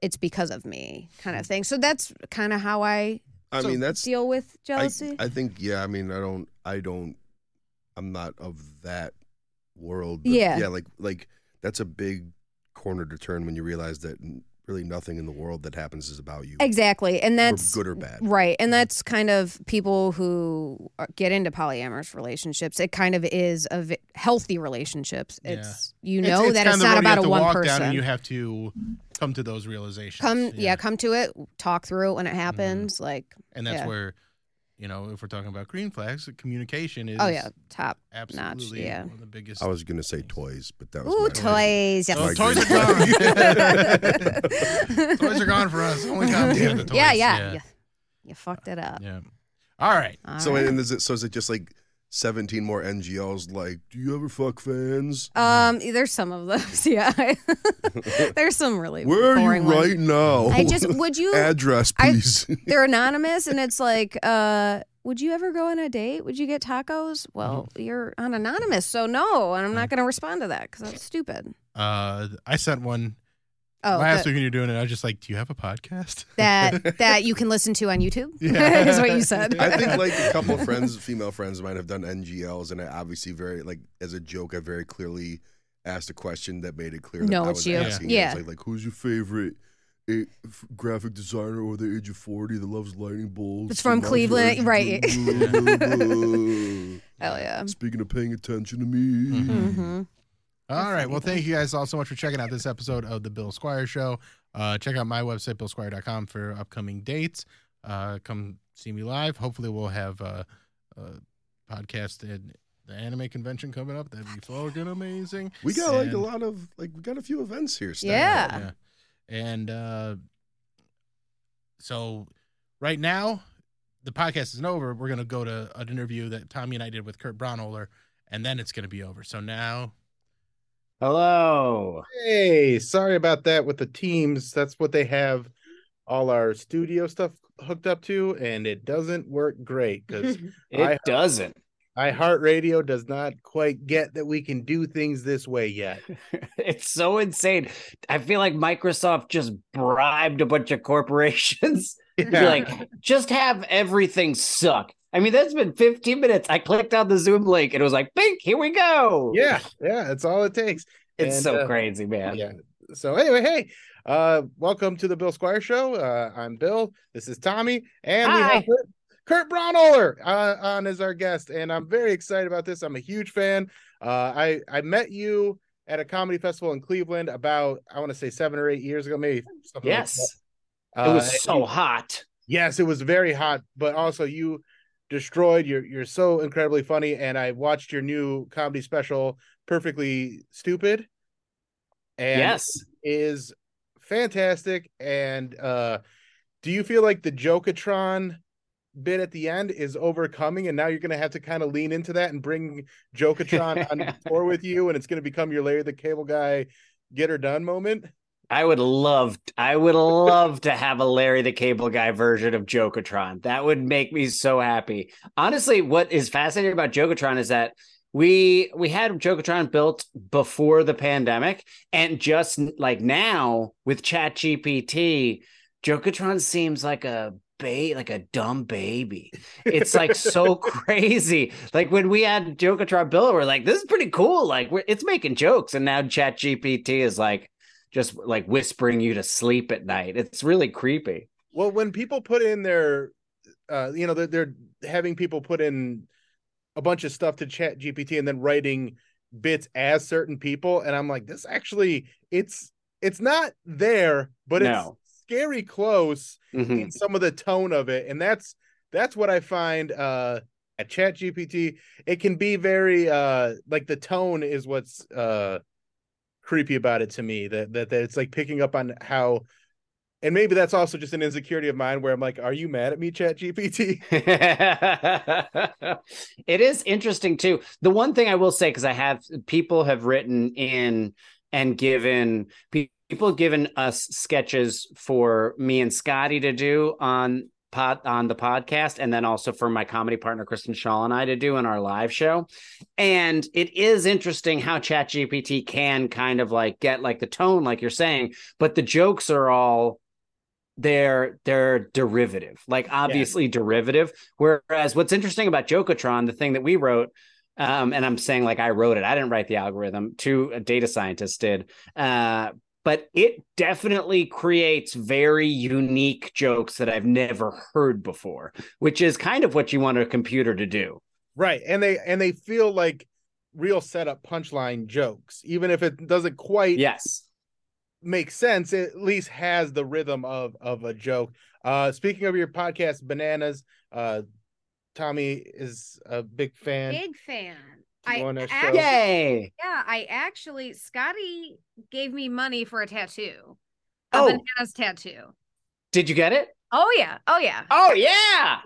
S3: it's because of me, kind
S1: Mm-hmm.
S3: of thing. So that's kind of how I
S2: I
S1: So
S2: mean that's
S3: deal with
S2: I,
S3: jealousy.
S2: I think yeah. I mean I don't I don't I'm not of that world.
S3: Yeah.
S2: yeah, like like that's a big corner to turn when you realize that n- really nothing in the world that happens is about you.
S3: exactly, and
S2: We're
S3: that's
S2: good or bad.
S3: Right. And that's kind of people who are- get into polyamorous relationships. It kind of is of healthy relationships.
S1: Yeah.
S3: It's you
S1: It's-
S3: know
S1: it's
S3: that
S1: kind
S3: it's
S1: of the road you
S3: not about
S1: have
S3: a
S1: to
S3: one
S1: walk down
S3: person.
S1: and you have to come to those realizations
S3: come yeah. come to it, talk through it when it
S1: Mm-hmm.
S3: happens. Like
S1: and that's
S3: yeah.
S1: where you know if we're talking about green flags communication is
S3: oh yeah, top.
S1: absolutely
S3: yeah.
S1: one of the biggest
S2: I was gonna say toys, but that was
S3: Ooh,
S2: my-
S3: toys. Yes.
S1: Oh,
S2: My
S1: toys
S2: green
S1: are gone.
S2: flag.
S1: toys are gone for us oh my god damn the toys.
S3: Yeah, yeah.
S1: yeah,
S3: You, you fucked it up.
S1: yeah. all right
S3: All
S2: So
S3: right.
S2: and is it so is it just like 17 more NGOs like do you ever fuck fans?
S3: um, there's some of those. Yeah, there's some really
S2: Where are
S3: boring
S2: you
S3: ones.
S2: right now?
S3: I just would you
S2: address
S3: I-
S2: please.
S3: they're anonymous and it's like uh would you ever go on a date would you get tacos well you're on anonymous so no and i'm not going to respond to that because that's stupid
S1: uh i sent one
S3: oh
S1: last
S3: the-
S1: week when you were doing it i was just like do you have a podcast
S3: that that you can listen to on youtube
S1: Yeah.
S3: is what you said
S2: I think like a couple of friends, female friends of mine have done NGLs, and I obviously very like as a joke, I very clearly asked a question that made it clear that
S3: No,
S2: I
S3: it's
S2: was
S3: you.
S2: asking.
S3: Yeah.
S2: It was like, like who's your favorite eh, f- graphic designer over the age of forty that loves lightning bolts?
S3: It's from
S2: that loves
S3: Cleveland,
S2: Reggie
S3: right. Um,
S2: Bush?"
S3: hell Oh, yeah
S2: Speaking of paying attention to me,
S1: Mhm.
S3: hmm
S1: All right. Well,
S3: funny.
S1: thank you guys all so much for checking out this episode of the Bill Squire Show. Uh, check out my website, billsquire.com, for upcoming dates. Uh, come see me live. Hopefully, we'll have a, a podcast at the anime convention coming up. That'd be fucking amazing.
S2: we got like a
S1: And-
S2: lot of like we got a few events here. Stan.
S3: Yeah.
S1: Yeah. And uh, so, right now, the podcast isn't over. We're going to go to an interview that Tommy and I did with Kurt Braunohler, and then it's going to be over. So now
S5: Hello.
S6: Hey, sorry about that with the teams. That's what they have all our studio stuff hooked up to, and it doesn't work great because
S5: It
S6: I-
S5: doesn't.
S6: iHeartRadio does not quite get that we can do things this way yet.
S5: It's so insane. I feel like Microsoft just bribed a bunch of corporations Be like, just have everything suck. I mean, that's been 15 minutes. I clicked on the Zoom link and it was like, bink, here we go.
S1: yeah, yeah, that's all it takes.
S5: It's
S1: And,
S5: so
S1: uh,
S5: crazy, man.
S1: yeah so anyway hey uh welcome to the bill squire show uh i'm bill this is tommy and we
S5: Hi.
S1: have kurt, kurt braunohler uh, on as our guest and i'm very excited about this i'm a huge fan uh i i met you at a comedy festival in cleveland about i want to say seven or eight years ago maybe something like
S5: Yes.
S1: that.
S5: it
S1: Uh,
S5: was so hot.
S1: Yes, it was very hot, but also you destroyed. You're you're so incredibly funny, and I watched your new comedy special, Perfectly Stupid. And
S5: yes.
S1: is fantastic. And uh do you feel like the Jokatron bit at the end is overcoming, and now you're gonna have to kind of lean into that and bring Jokatron on tour with you, and it's gonna become your Larry the Cable Guy get her done moment?
S5: I would love, I would love to have a Larry the Cable Guy version of Jokatron. That would make me so happy. Honestly, what is fascinating about Jokatron is that we we had Jokatron built before the pandemic, and just like now with ChatGPT, Jokatron seems like a ba- like a dumb baby. It's like so crazy. Like when we had Jokatron built, we're like, this is pretty cool. Like we're, it's making jokes, and now ChatGPT is like just like whispering you to sleep at night. It's really creepy.
S1: Well, when people put in their, uh, you know, they're, they're having people put in a bunch of stuff to Chat GPT and then writing bits as certain people, and I'm like, this actually, it's it's not there, but
S5: No.
S1: it's scary close
S5: Mhm.
S1: in some of the tone of it, and that's that's what I find uh, at Chat GPT. It can be very uh, like the tone is what's uh, creepy about it to me. That, that that it's like picking up on how and maybe that's also just an insecurity of mine where I'm like, are you mad at me, Chat GPT?
S5: it is interesting too. The one thing I will say, because I have people have written in and given pe- people have given us sketches for me and Scotty to do on pod on the podcast, and then also for my comedy partner Kristen Shaw and I to do in our live show. And it is interesting how ChatGPT can kind of like get like the tone, like you're saying, but the jokes are all they're they're derivative, like obviously derivative. Whereas what's interesting about Jokatron, the thing that we wrote, um, and I'm saying like I wrote it, I didn't write the algorithm. Two uh, data scientists did, uh, but it definitely creates very unique jokes that I've never heard before, which is kind of what you want a computer to do.
S1: right. And they and they feel like real setup punchline jokes, even if it doesn't quite
S5: Yes.
S1: makes sense it at least has the rhythm of of a joke uh speaking of your podcast bananas uh tommy is a big fan
S3: Big fan.
S1: Do you
S3: I
S1: wanna show-
S3: actually, yeah.
S5: Yay!
S3: I actually Scotty gave me money for a tattoo. A
S5: Oh.
S3: bananas tattoo.
S5: Did you get it?
S3: Oh yeah. Oh yeah.
S5: Oh yeah!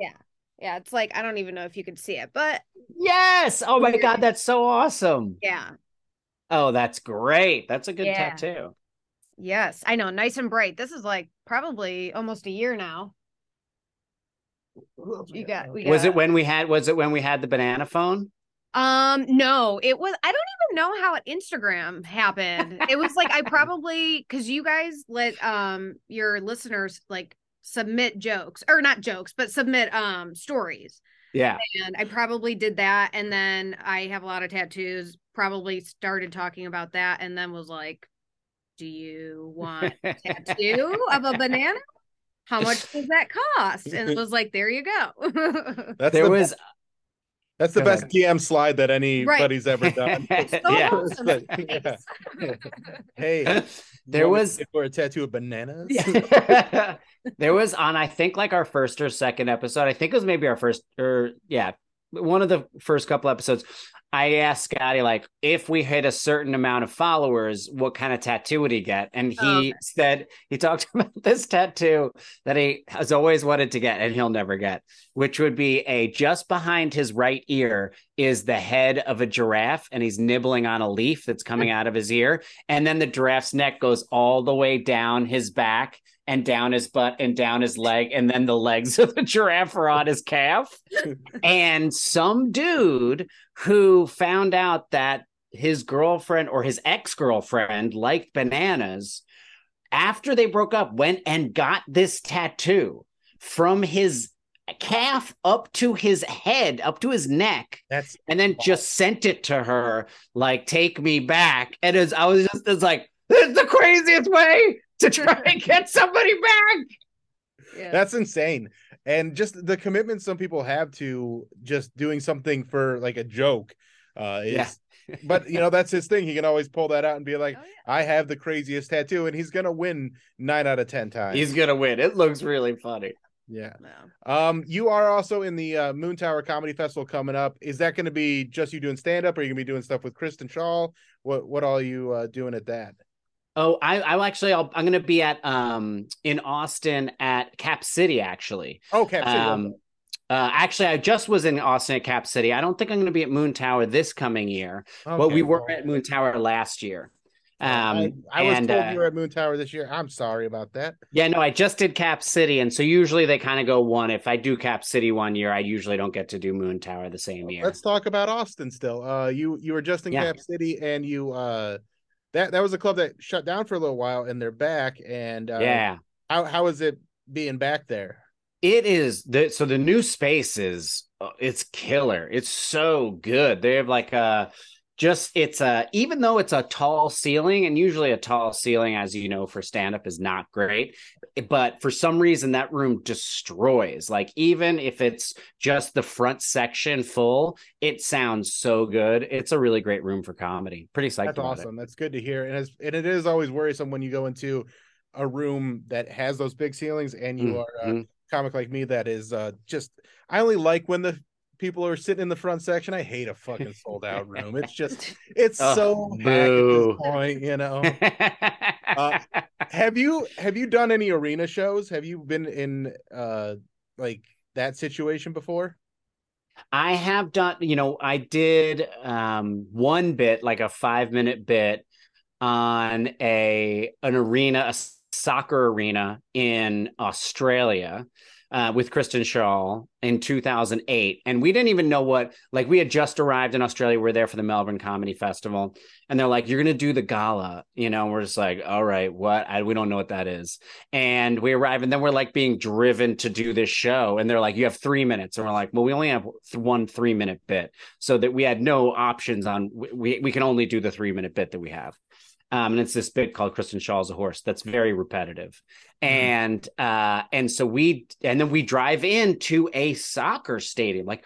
S7: Yeah, it's like I don't even know if you can see it, but
S5: Yes! Oh my god, that's so awesome!
S3: Yeah.
S5: Oh, that's great. That's a good
S3: Yeah.
S5: tattoo.
S3: Yes. I know. Nice and bright. This is like probably almost a year now. You got we
S5: Was
S3: got-
S5: it when we had? Was it when we had the banana phone?
S3: Um, no, it was. I don't even know how it Instagram happened. It was like I probably because you guys let um your listeners like submit jokes or not jokes, but submit um stories,
S5: Yeah.
S3: and I probably did that. And then I have a lot of tattoos. Probably started talking about that, and then was like, "Do you want a tattoo of a banana? How much does that cost?" And it was like, "There you go."
S1: that's
S5: there
S1: the,
S5: was
S1: that's the
S5: Go
S1: best
S5: ahead.
S1: dm slide that anybody's ever done
S3: So
S5: Yeah.
S3: awesome.
S1: Yeah. hey you
S5: There
S1: want me to
S5: was-
S1: pay for a tattoo of bananas
S5: Yeah. there was on I think like our first or second episode. I think it was maybe our first or yeah, one of the first couple episodes. I asked Scotty like if we hit a certain amount of followers, what kind of tattoo would he get? And he
S3: Oh, okay.
S5: said he talked about this tattoo that he has always wanted to get and he'll never get, which would be a just behind his right ear is the head of a giraffe and he's nibbling on a leaf that's coming
S3: Mm.
S5: out of his ear and then the giraffe's neck goes all the way down his back and down his butt and down his leg and then the legs of the giraffe are on his calf and some dude who found out that his girlfriend or his ex-girlfriend liked bananas after they broke up went and got this tattoo from his calf up to his head, up to his neck,
S1: That's
S5: and then just sent it to her, like, take me back. And as I was just it's like, this is the craziest way to try and get somebody back.
S3: Yeah.
S1: that's insane. And just the commitment some people have to just doing something for like a joke. Uh is
S5: Yeah.
S1: but you know, that's his thing. He can always pull that out and be like,
S3: Oh, yeah.
S1: I have the craziest tattoo, and he's gonna win nine out of ten times.
S5: He's gonna win. It looks really funny.
S1: yeah.
S3: No.
S1: Um, you are also in the uh, Moon Tower Comedy Festival coming up. Is that going to be just you doing stand up, or are you going to be doing stuff with Kristen Shaw? What what all you uh, doing at that?
S5: Oh, I, I actually, I'll, I'm going to be at um in Austin at Cap City actually.
S1: Oh, Cap City.
S5: Um, uh, actually, I just was in Austin at Cap City. I don't think I'm going to be at Moon Tower this coming year,
S1: Okay,
S5: but we were
S1: well,
S5: at Moon Tower last year. Um,
S1: I, I was
S5: and,
S1: told
S5: uh,
S1: you were at Moon Tower this year. I'm sorry about that.
S5: yeah, no, I just did Cap City, and so usually they kind of go one. If I do Cap City one year, I usually don't get to do Moon Tower the same year.
S1: Oh, Let's talk about Austin still. Uh, you you were just in
S5: Yeah.
S1: Cap City, and you uh, that that was a club that shut down for a little while, and they're back. And uh,
S5: yeah,
S1: how how is it being back there?
S5: It is the so the new space is uh, it's killer. It's so good. They have like a just it's a even though it's a tall ceiling and usually a tall ceiling as you know for stand up is not great, eh, but for some reason that room destroys. Like even if it's just the front section full, it sounds so good. It's a really great room for comedy. Pretty psyched
S1: That's
S5: about it.
S1: awesome. That's good to hear. And it's, and it is always worrisome when you go into a room that has those big ceilings and you are a
S5: Mhm.
S1: comic like me that is uh just I only like when the people are sitting in the front section. I hate a fucking sold out room. It's just it's
S5: Ugh,
S1: so back at this
S5: Oh, boo.
S1: point, you know. have you have you done any arena shows? Have you been in uh like that situation before?
S5: I have done, you know, I did um one bit, like a five minute bit on a an arena, a s- soccer arena in Australia uh, with Kristen Shaw in 2008. And we didn't even know what, like, we had just arrived in Australia. We were there for the Melbourne Comedy Festival. And they're like, you're going to do the gala. You know, and we're just like, all right, what? I, we don't know what that is. And we arrive, and then we're like being driven to do this show. And they're like, you have three minutes. And we're like, well, we only have th- one three minute bit. So that we had no options on, we- we, we can only do the three minute bit that we have. Um, and it's this bit called Kristen Shaw's a horse that's very repetitive and uh and so we and then we drive into a soccer stadium like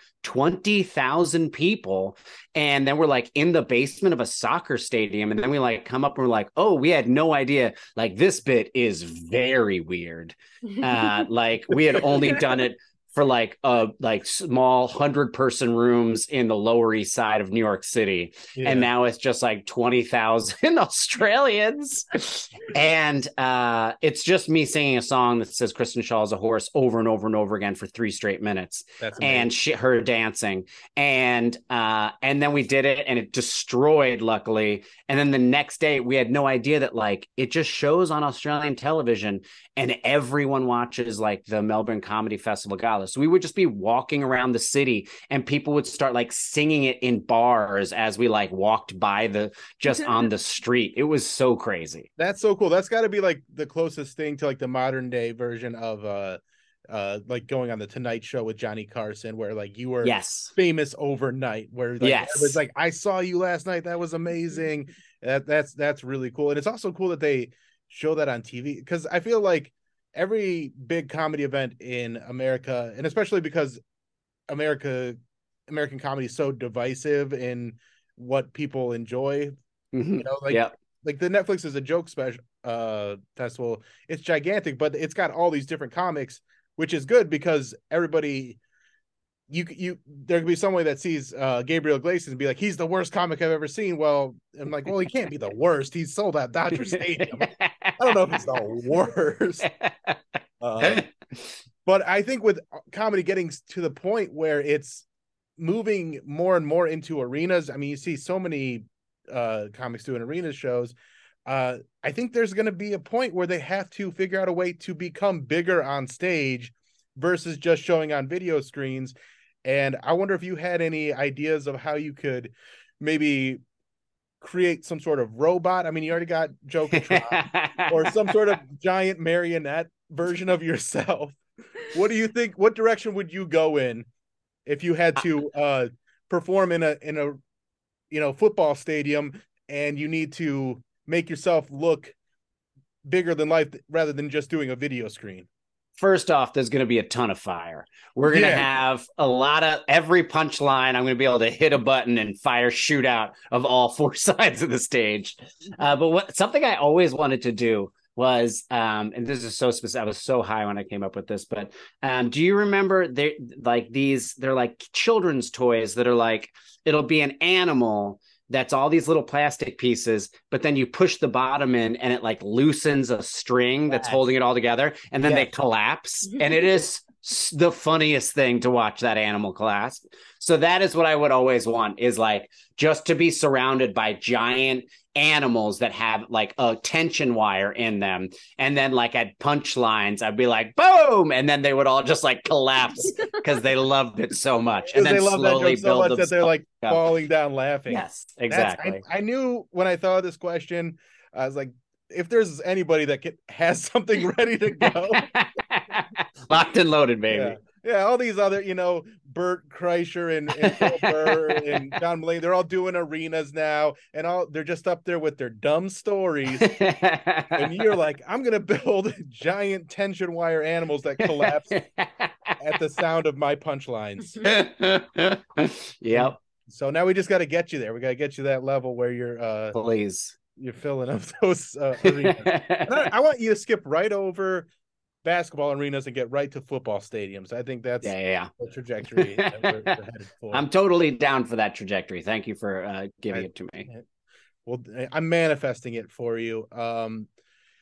S5: 20,000 people and then we're like in the basement of a soccer stadium and then we like come up and we're like oh we had no idea like this bit is very weird uh like we had only done it for like uh like small 100 person rooms in the lower east side of New York City and now it's just like 20,000 Australians. and uh, it's just me singing a song that says Kristen Shaw is a horse over and over and over again for three straight minutes
S1: That's
S5: and she, her dancing and uh and then we did it and it destroyed luckily and then the next day we had no idea that like it just shows on australian television and everyone watches like the melbourne comedy festival gala so we would just be walking around the city and people would start like singing it in bars as we like walked by the just on the street it was so crazy
S1: That's so cool. That's got to be like the closest thing to like the modern day version of uh uh like going on the Tonight Show with Johnny Carson, where like you were
S5: yes
S1: famous overnight, where like
S5: Yes.
S1: it's like I saw you last night. That was amazing. That that's that's really cool, and it's also cool that they show that on TV because I feel like every big comedy event in America, and especially because America American comedy is so divisive in what people enjoy,
S5: Mhm.
S1: you know, like
S5: Yep.
S1: like the Netflix is a joke special uh festival. It's gigantic, but it's got all these different comics, which is good because everybody you c- you there could be somebody that sees uh Gabriel Glacis and be like, he's the worst comic I've ever seen. Well, I'm like, well, he can't be the worst. He's sold out Dodger Stadium. I don't know if he's the worst. Uh, but I think with comedy getting to the point where it's moving more and more into arenas, I mean, you see so many uh comics doing arena shows. Uh, I think there's going to be a point where they have to figure out a way to become bigger on stage versus just showing on video screens. And I wonder if you had any ideas of how you could maybe create some sort of robot. I mean, you already got Joker or some sort of giant marionette version of yourself. What do you think? What direction would you go in if you had to uh, perform in a in a you know football stadium and you need to make yourself look bigger than life rather than just doing a video screen?
S5: First off, there's going to be a ton of fire. We're going to
S1: Yeah.
S5: have a lot of every punchline. I'm going to be able to hit a button and fire shootout of all four sides of the stage. Uh, but what something I always wanted to do was, um, and this is so specific. I was so high when I came up with this, but um, do you remember they like these? They're like children's toys that are like it'll be an animal that's all these little plastic pieces, but then you push the bottom in and it like loosens a string that's
S1: Yes.
S5: holding it all together, and then they
S1: Yes.
S5: collapse, and it is. s- The funniest thing to watch that animal collapse. So that is what I would always want is like just to be surrounded by giant animals that have like a tension wire in them. And then like at punchlines, I'd be like, boom. And then they would all just like collapse because they loved it so much.
S1: 'Cause
S5: And then
S1: they love that
S5: slowly
S1: joke so
S5: build
S1: much that they're
S5: themselves
S1: like
S5: up.
S1: falling down laughing.
S5: Yes,
S1: That's-
S5: exactly.
S1: I, I knew when I thought of this question, I was like, if there's anybody that can, has something ready to go,
S5: Locked and loaded, baby.
S1: Yeah. yeah, all these other, you know, Bert Kreischer and, and Bill Burr and Don Blaine, they're all doing arenas now, and all they're just up there with their dumb stories. and you're like, I'm gonna build giant tension wire animals that collapse at the sound of my punchlines.
S5: yep,
S1: So now we just got to get you there. We got to get you that level where you're uh
S5: please.
S1: you're filling up those uh, arenas. And I, I want you to skip right over basketball arenas and get right to football stadiums. I think that's
S5: yeah, yeah,
S1: the trajectory that we're, we're headed
S5: yeah.
S1: for.
S5: I'm totally down for that trajectory. Thank you for uh, giving it to me.
S1: well, I'm manifesting it for you. Um,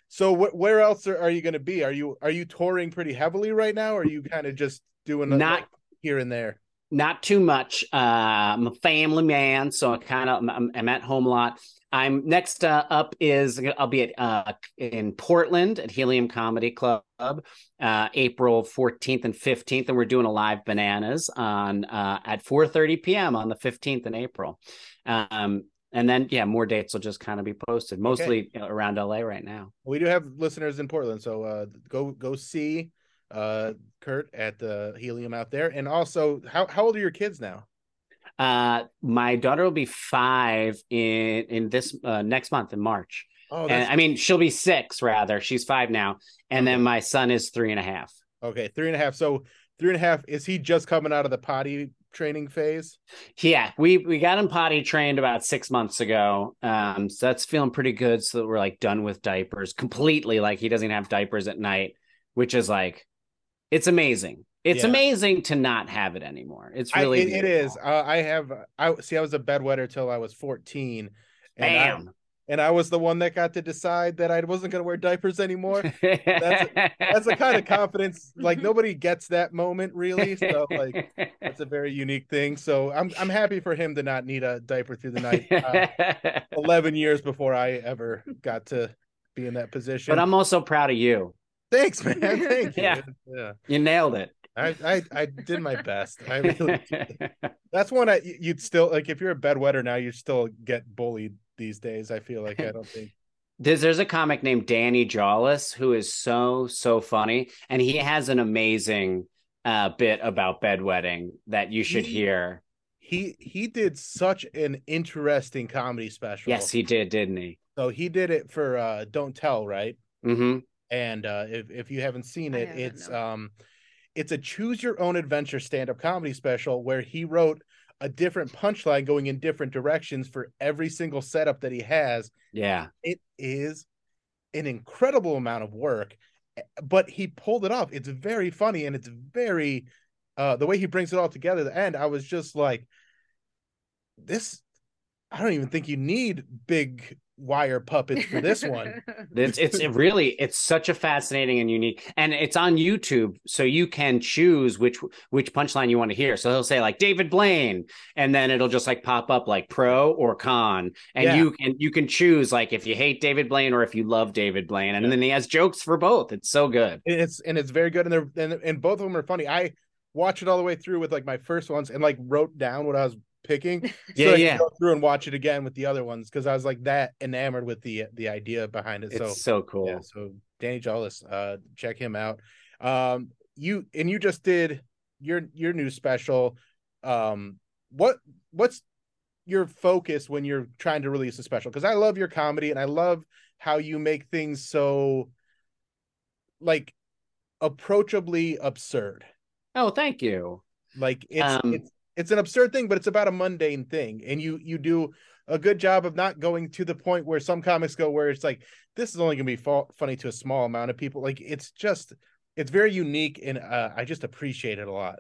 S1: so wh- where else are, are you going to be? Are you are you touring pretty heavily right now? Or are you kind of just doing a-
S5: Not-
S1: here and there?
S5: Not too much. Uh, I'm a family man, so I kind of I'm, I'm at home a lot. I'm next uh, up is I'll be at uh, in Portland at Helium Comedy Club uh, April 14th and 15th, and we're doing a live bananas on uh, at 4:30 p.m. on the 15th in April. Um, and then yeah, more dates will just kind of be posted, mostly you know, around LA right now.
S1: We do have listeners in Portland, so uh, go go see uh, Kurt at the Helium out there. And also, how how old are your kids now?
S5: Uh, my daughter will be five in in this uh, next month in March.
S1: Oh,
S5: and
S1: that's,
S5: I mean, she'll be six rather. She's five now, and then
S1: Okay.
S5: my son is three and a half.
S1: okay, three and a half. So three and a half. Is he just coming out of the potty training phase?
S5: Yeah, we we got him potty trained about six months ago. Um, so that's feeling pretty good. So that we're like done with diapers completely. Like he doesn't have diapers at night, which is like, it's amazing. It's
S1: Yeah.
S5: amazing to not have it anymore. It's
S1: I-
S5: really
S1: it- it is.
S5: beautiful.
S1: Uh, I have. I see. I was a bedwetter till I was fourteen. And I-
S5: Bam.
S1: and I was the one that got to decide that I wasn't going to wear diapers anymore. That's the kind of confidence like nobody gets that moment really. So like that's a very unique thing. So I'm I'm happy for him to not need a diaper through the night. Uh, Eleven years before I ever got to be in that position.
S5: but I'm also proud of you.
S1: thanks, man. Thank you.
S5: Yeah.
S1: yeah.
S5: You nailed it.
S1: I, I I did my best. I really. That's one I you'd still like if you're a bedwetter now you still get bullied these days. I feel like I don't think.
S5: There's, there's a comic named Danny Jollis who is so so funny, and he has an amazing uh, bit about bedwetting that you should
S1: Mm.
S5: hear.
S1: he he did such an interesting comedy special.
S5: Yes, he did, didn't he?
S1: so he did it for uh Don't Tell, right?
S5: hmm
S1: And uh if if you haven't seen
S3: I
S1: it,
S3: haven't,
S1: it's
S3: no.
S1: um it's a choose your own adventure stand-up comedy special where he wrote a different punchline going in different directions for every single setup that he has.
S5: Yeah,
S1: It is an incredible amount of work, eh, but he pulled it off. It's very funny and it's very uh the way he brings it all together at the end, I was just like this I don't even think you need big wire puppets for this one.
S5: it's it's it really it's such a fascinating and unique, and it's on YouTube, so you can choose which which punchline you want to hear. So he'll say like David Blaine, and then it'll just like pop up like pro or con, and
S1: Yeah.
S5: you can you can choose like if you hate David Blaine or if you love David Blaine, and then he has jokes for both. It's so good.
S1: And it's and it's very good and they're and, and both of them are funny. I watched it all the way through with like my first ones and like wrote down what I was picking. so
S5: Yeah,
S1: I could
S5: yeah.
S1: Go through and watch it again with the other ones because I was like that enamored with the the idea behind it.
S5: It's
S1: so
S5: so, cool.
S1: Yeah, so Danny Jollis, uh, check him out. Um, you and you just did your your new special. Um, what what's your focus when you're trying to release a special? Because I love your comedy and I love how you make things so like approachably absurd.
S5: Oh, thank you.
S1: Like it's
S5: Um,
S1: it's it's an absurd thing, but it's about a mundane thing, and you you do a good job of not going to the point where some comics go, where it's like this is only going to be fa- funny to a small amount of people. Like it's just it's very unique, and uh, I just appreciate it a lot.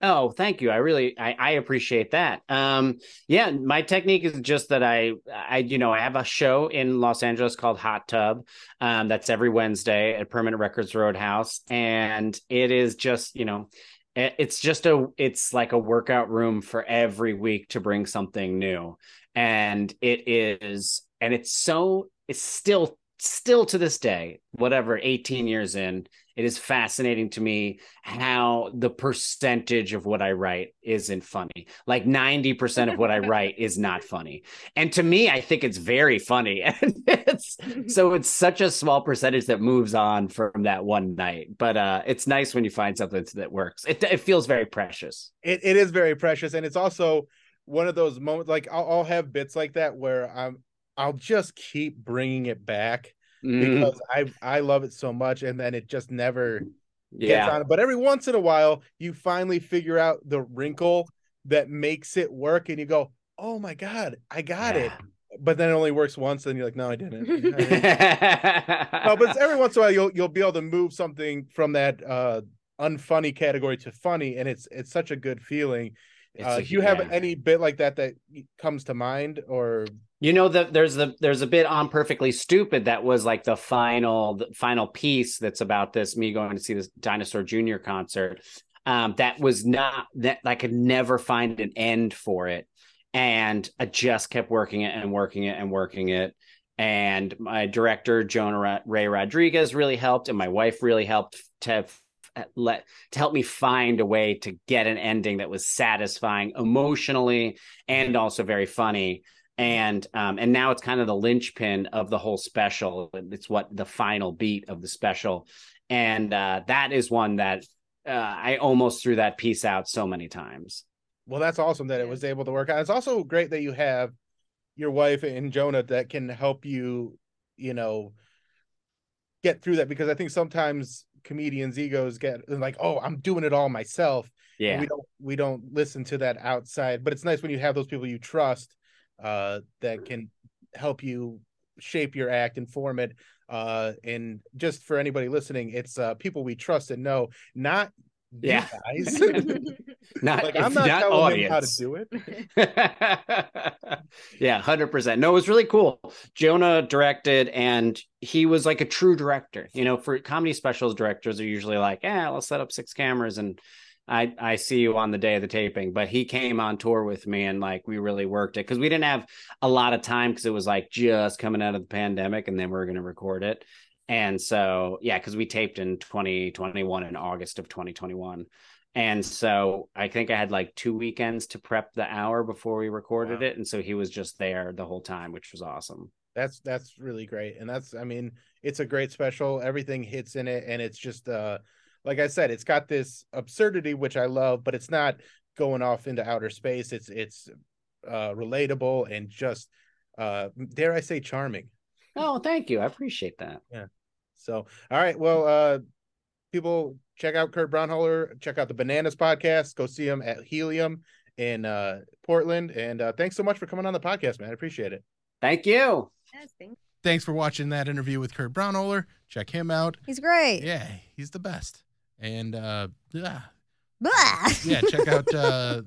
S5: Oh, thank you. I really I, I appreciate that. Um yeah, my technique is just that I I you know, I have a show in Los Angeles called Hot Tub. Um that's every Wednesday at Permanent Records Roadhouse and it is just, you know, it- it's just a it's like a workout room for every week to bring something new. And it is and it's so it's still still to this day, whatever 18 years in, it is fascinating to me how the percentage of what I write isn't funny. Like 90% of what I write is not funny. And to me, I think it's very funny. And it's so it's such a small percentage that moves on from that one night. But uh it's nice when you find something that works. It it feels very precious.
S1: it, it is very precious and it's also one of those moments like I'll, I'll have bits like that where i'm i'll just keep bringing it back
S5: Mm,
S1: because i i love it so much and then it just never gets
S5: yeah.
S1: on but every once in a while you finally figure out the wrinkle that makes it work and you go oh my god i got it but then it only works once and you're like no i didn't I didn't." no, but uh, it's every once in a while you'll you'll be able to move something from that uh unfunny category to funny, and it's it's such a good feeling.
S5: It's
S1: Uh,
S5: a-
S1: if you have
S5: yeah.
S1: any bit like that that comes to mind, or
S5: You know that there's the there's a bit on Perfectly Stupid that was like the final the final piece that's about this me going to see this Dinosaur Jr. concert. Um, that was not that I could never find an end for it, and I just kept working it and working it and working it. And my director Jonah Ra- Ray Rodriguez really helped, and my wife really helped to f- let to help me find a way to get an ending that was satisfying emotionally and also very funny and um and now it's kind of the linchpin of the whole special it's what the final beat of the special and uh that is one that uh, i almost threw that piece out so many times
S1: well, that's awesome that it was able to work out. It's also great that you have your wife and Jonah that can help you, you know, get through that because I think sometimes comedians' egos get like, oh, I'm doing it all myself. and
S5: yeah
S1: we don't we don't listen to that outside but it's nice when you have those people you trust uh that can help you shape your act and form it uh and just for anybody listening it's uh people we trust and know not you
S5: Yeah.
S1: guys
S5: not,
S1: like
S5: if
S1: i'm not,
S5: not
S1: telling
S5: audience.
S1: them how to do it
S5: yeah, hundred percent. No, it was really cool. Jonah directed, and he was like a true director. You know, for comedy specials, directors are usually like, "Yeah, I'll set up six cameras and." I, I see you on the day of the taping, but he came on tour with me and like we really worked it because we didn't have a lot of time because it was like just coming out of the pandemic and then we were going to record it. And so, yeah, because we taped in 2021 in August of 2021. And so I think I had like two weekends to prep the hour before we recorded
S1: Wow.
S5: it. And so he was just there the whole time, which was awesome.
S1: that's that's really great and that's i mean it's a great special everything hits in it and it's just uh like i said it's got this absurdity which i love but it's not going off into outer space it's it's uh relatable and just uh dare i say charming
S5: Oh, thank you. I appreciate that.
S1: so all right well uh people check out kurt brownholler check out the bananas podcast go see him at helium in uh portland and uh thanks so much for coming on the podcast man i appreciate it
S5: Thank you.
S8: Yes, thank
S9: Thanks for watching that interview with Kurt Brownoler. Check him out.
S3: He's great.
S9: Yeah, he's the best. And uh, yeah,
S3: Blah.
S9: yeah, check out uh,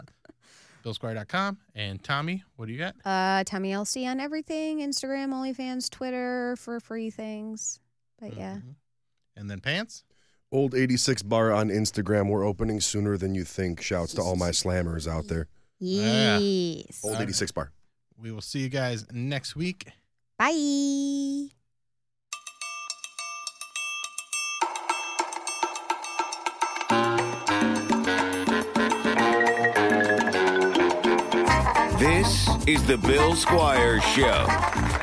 S9: BillSquire.com. And Tommy, what do you got?
S3: Uh, Tommy LC on everything Instagram, OnlyFans, Twitter for free things. But yeah.
S9: Mhm. And then Pants.
S2: Old 86 bar on Instagram. We're opening sooner than you think. Shouts to all my slammers out there.
S9: Yeah.
S3: Yes.
S2: Old 86 bar.
S9: We will see you guys next week.
S3: Bye.
S4: This is the Bill Squire Show.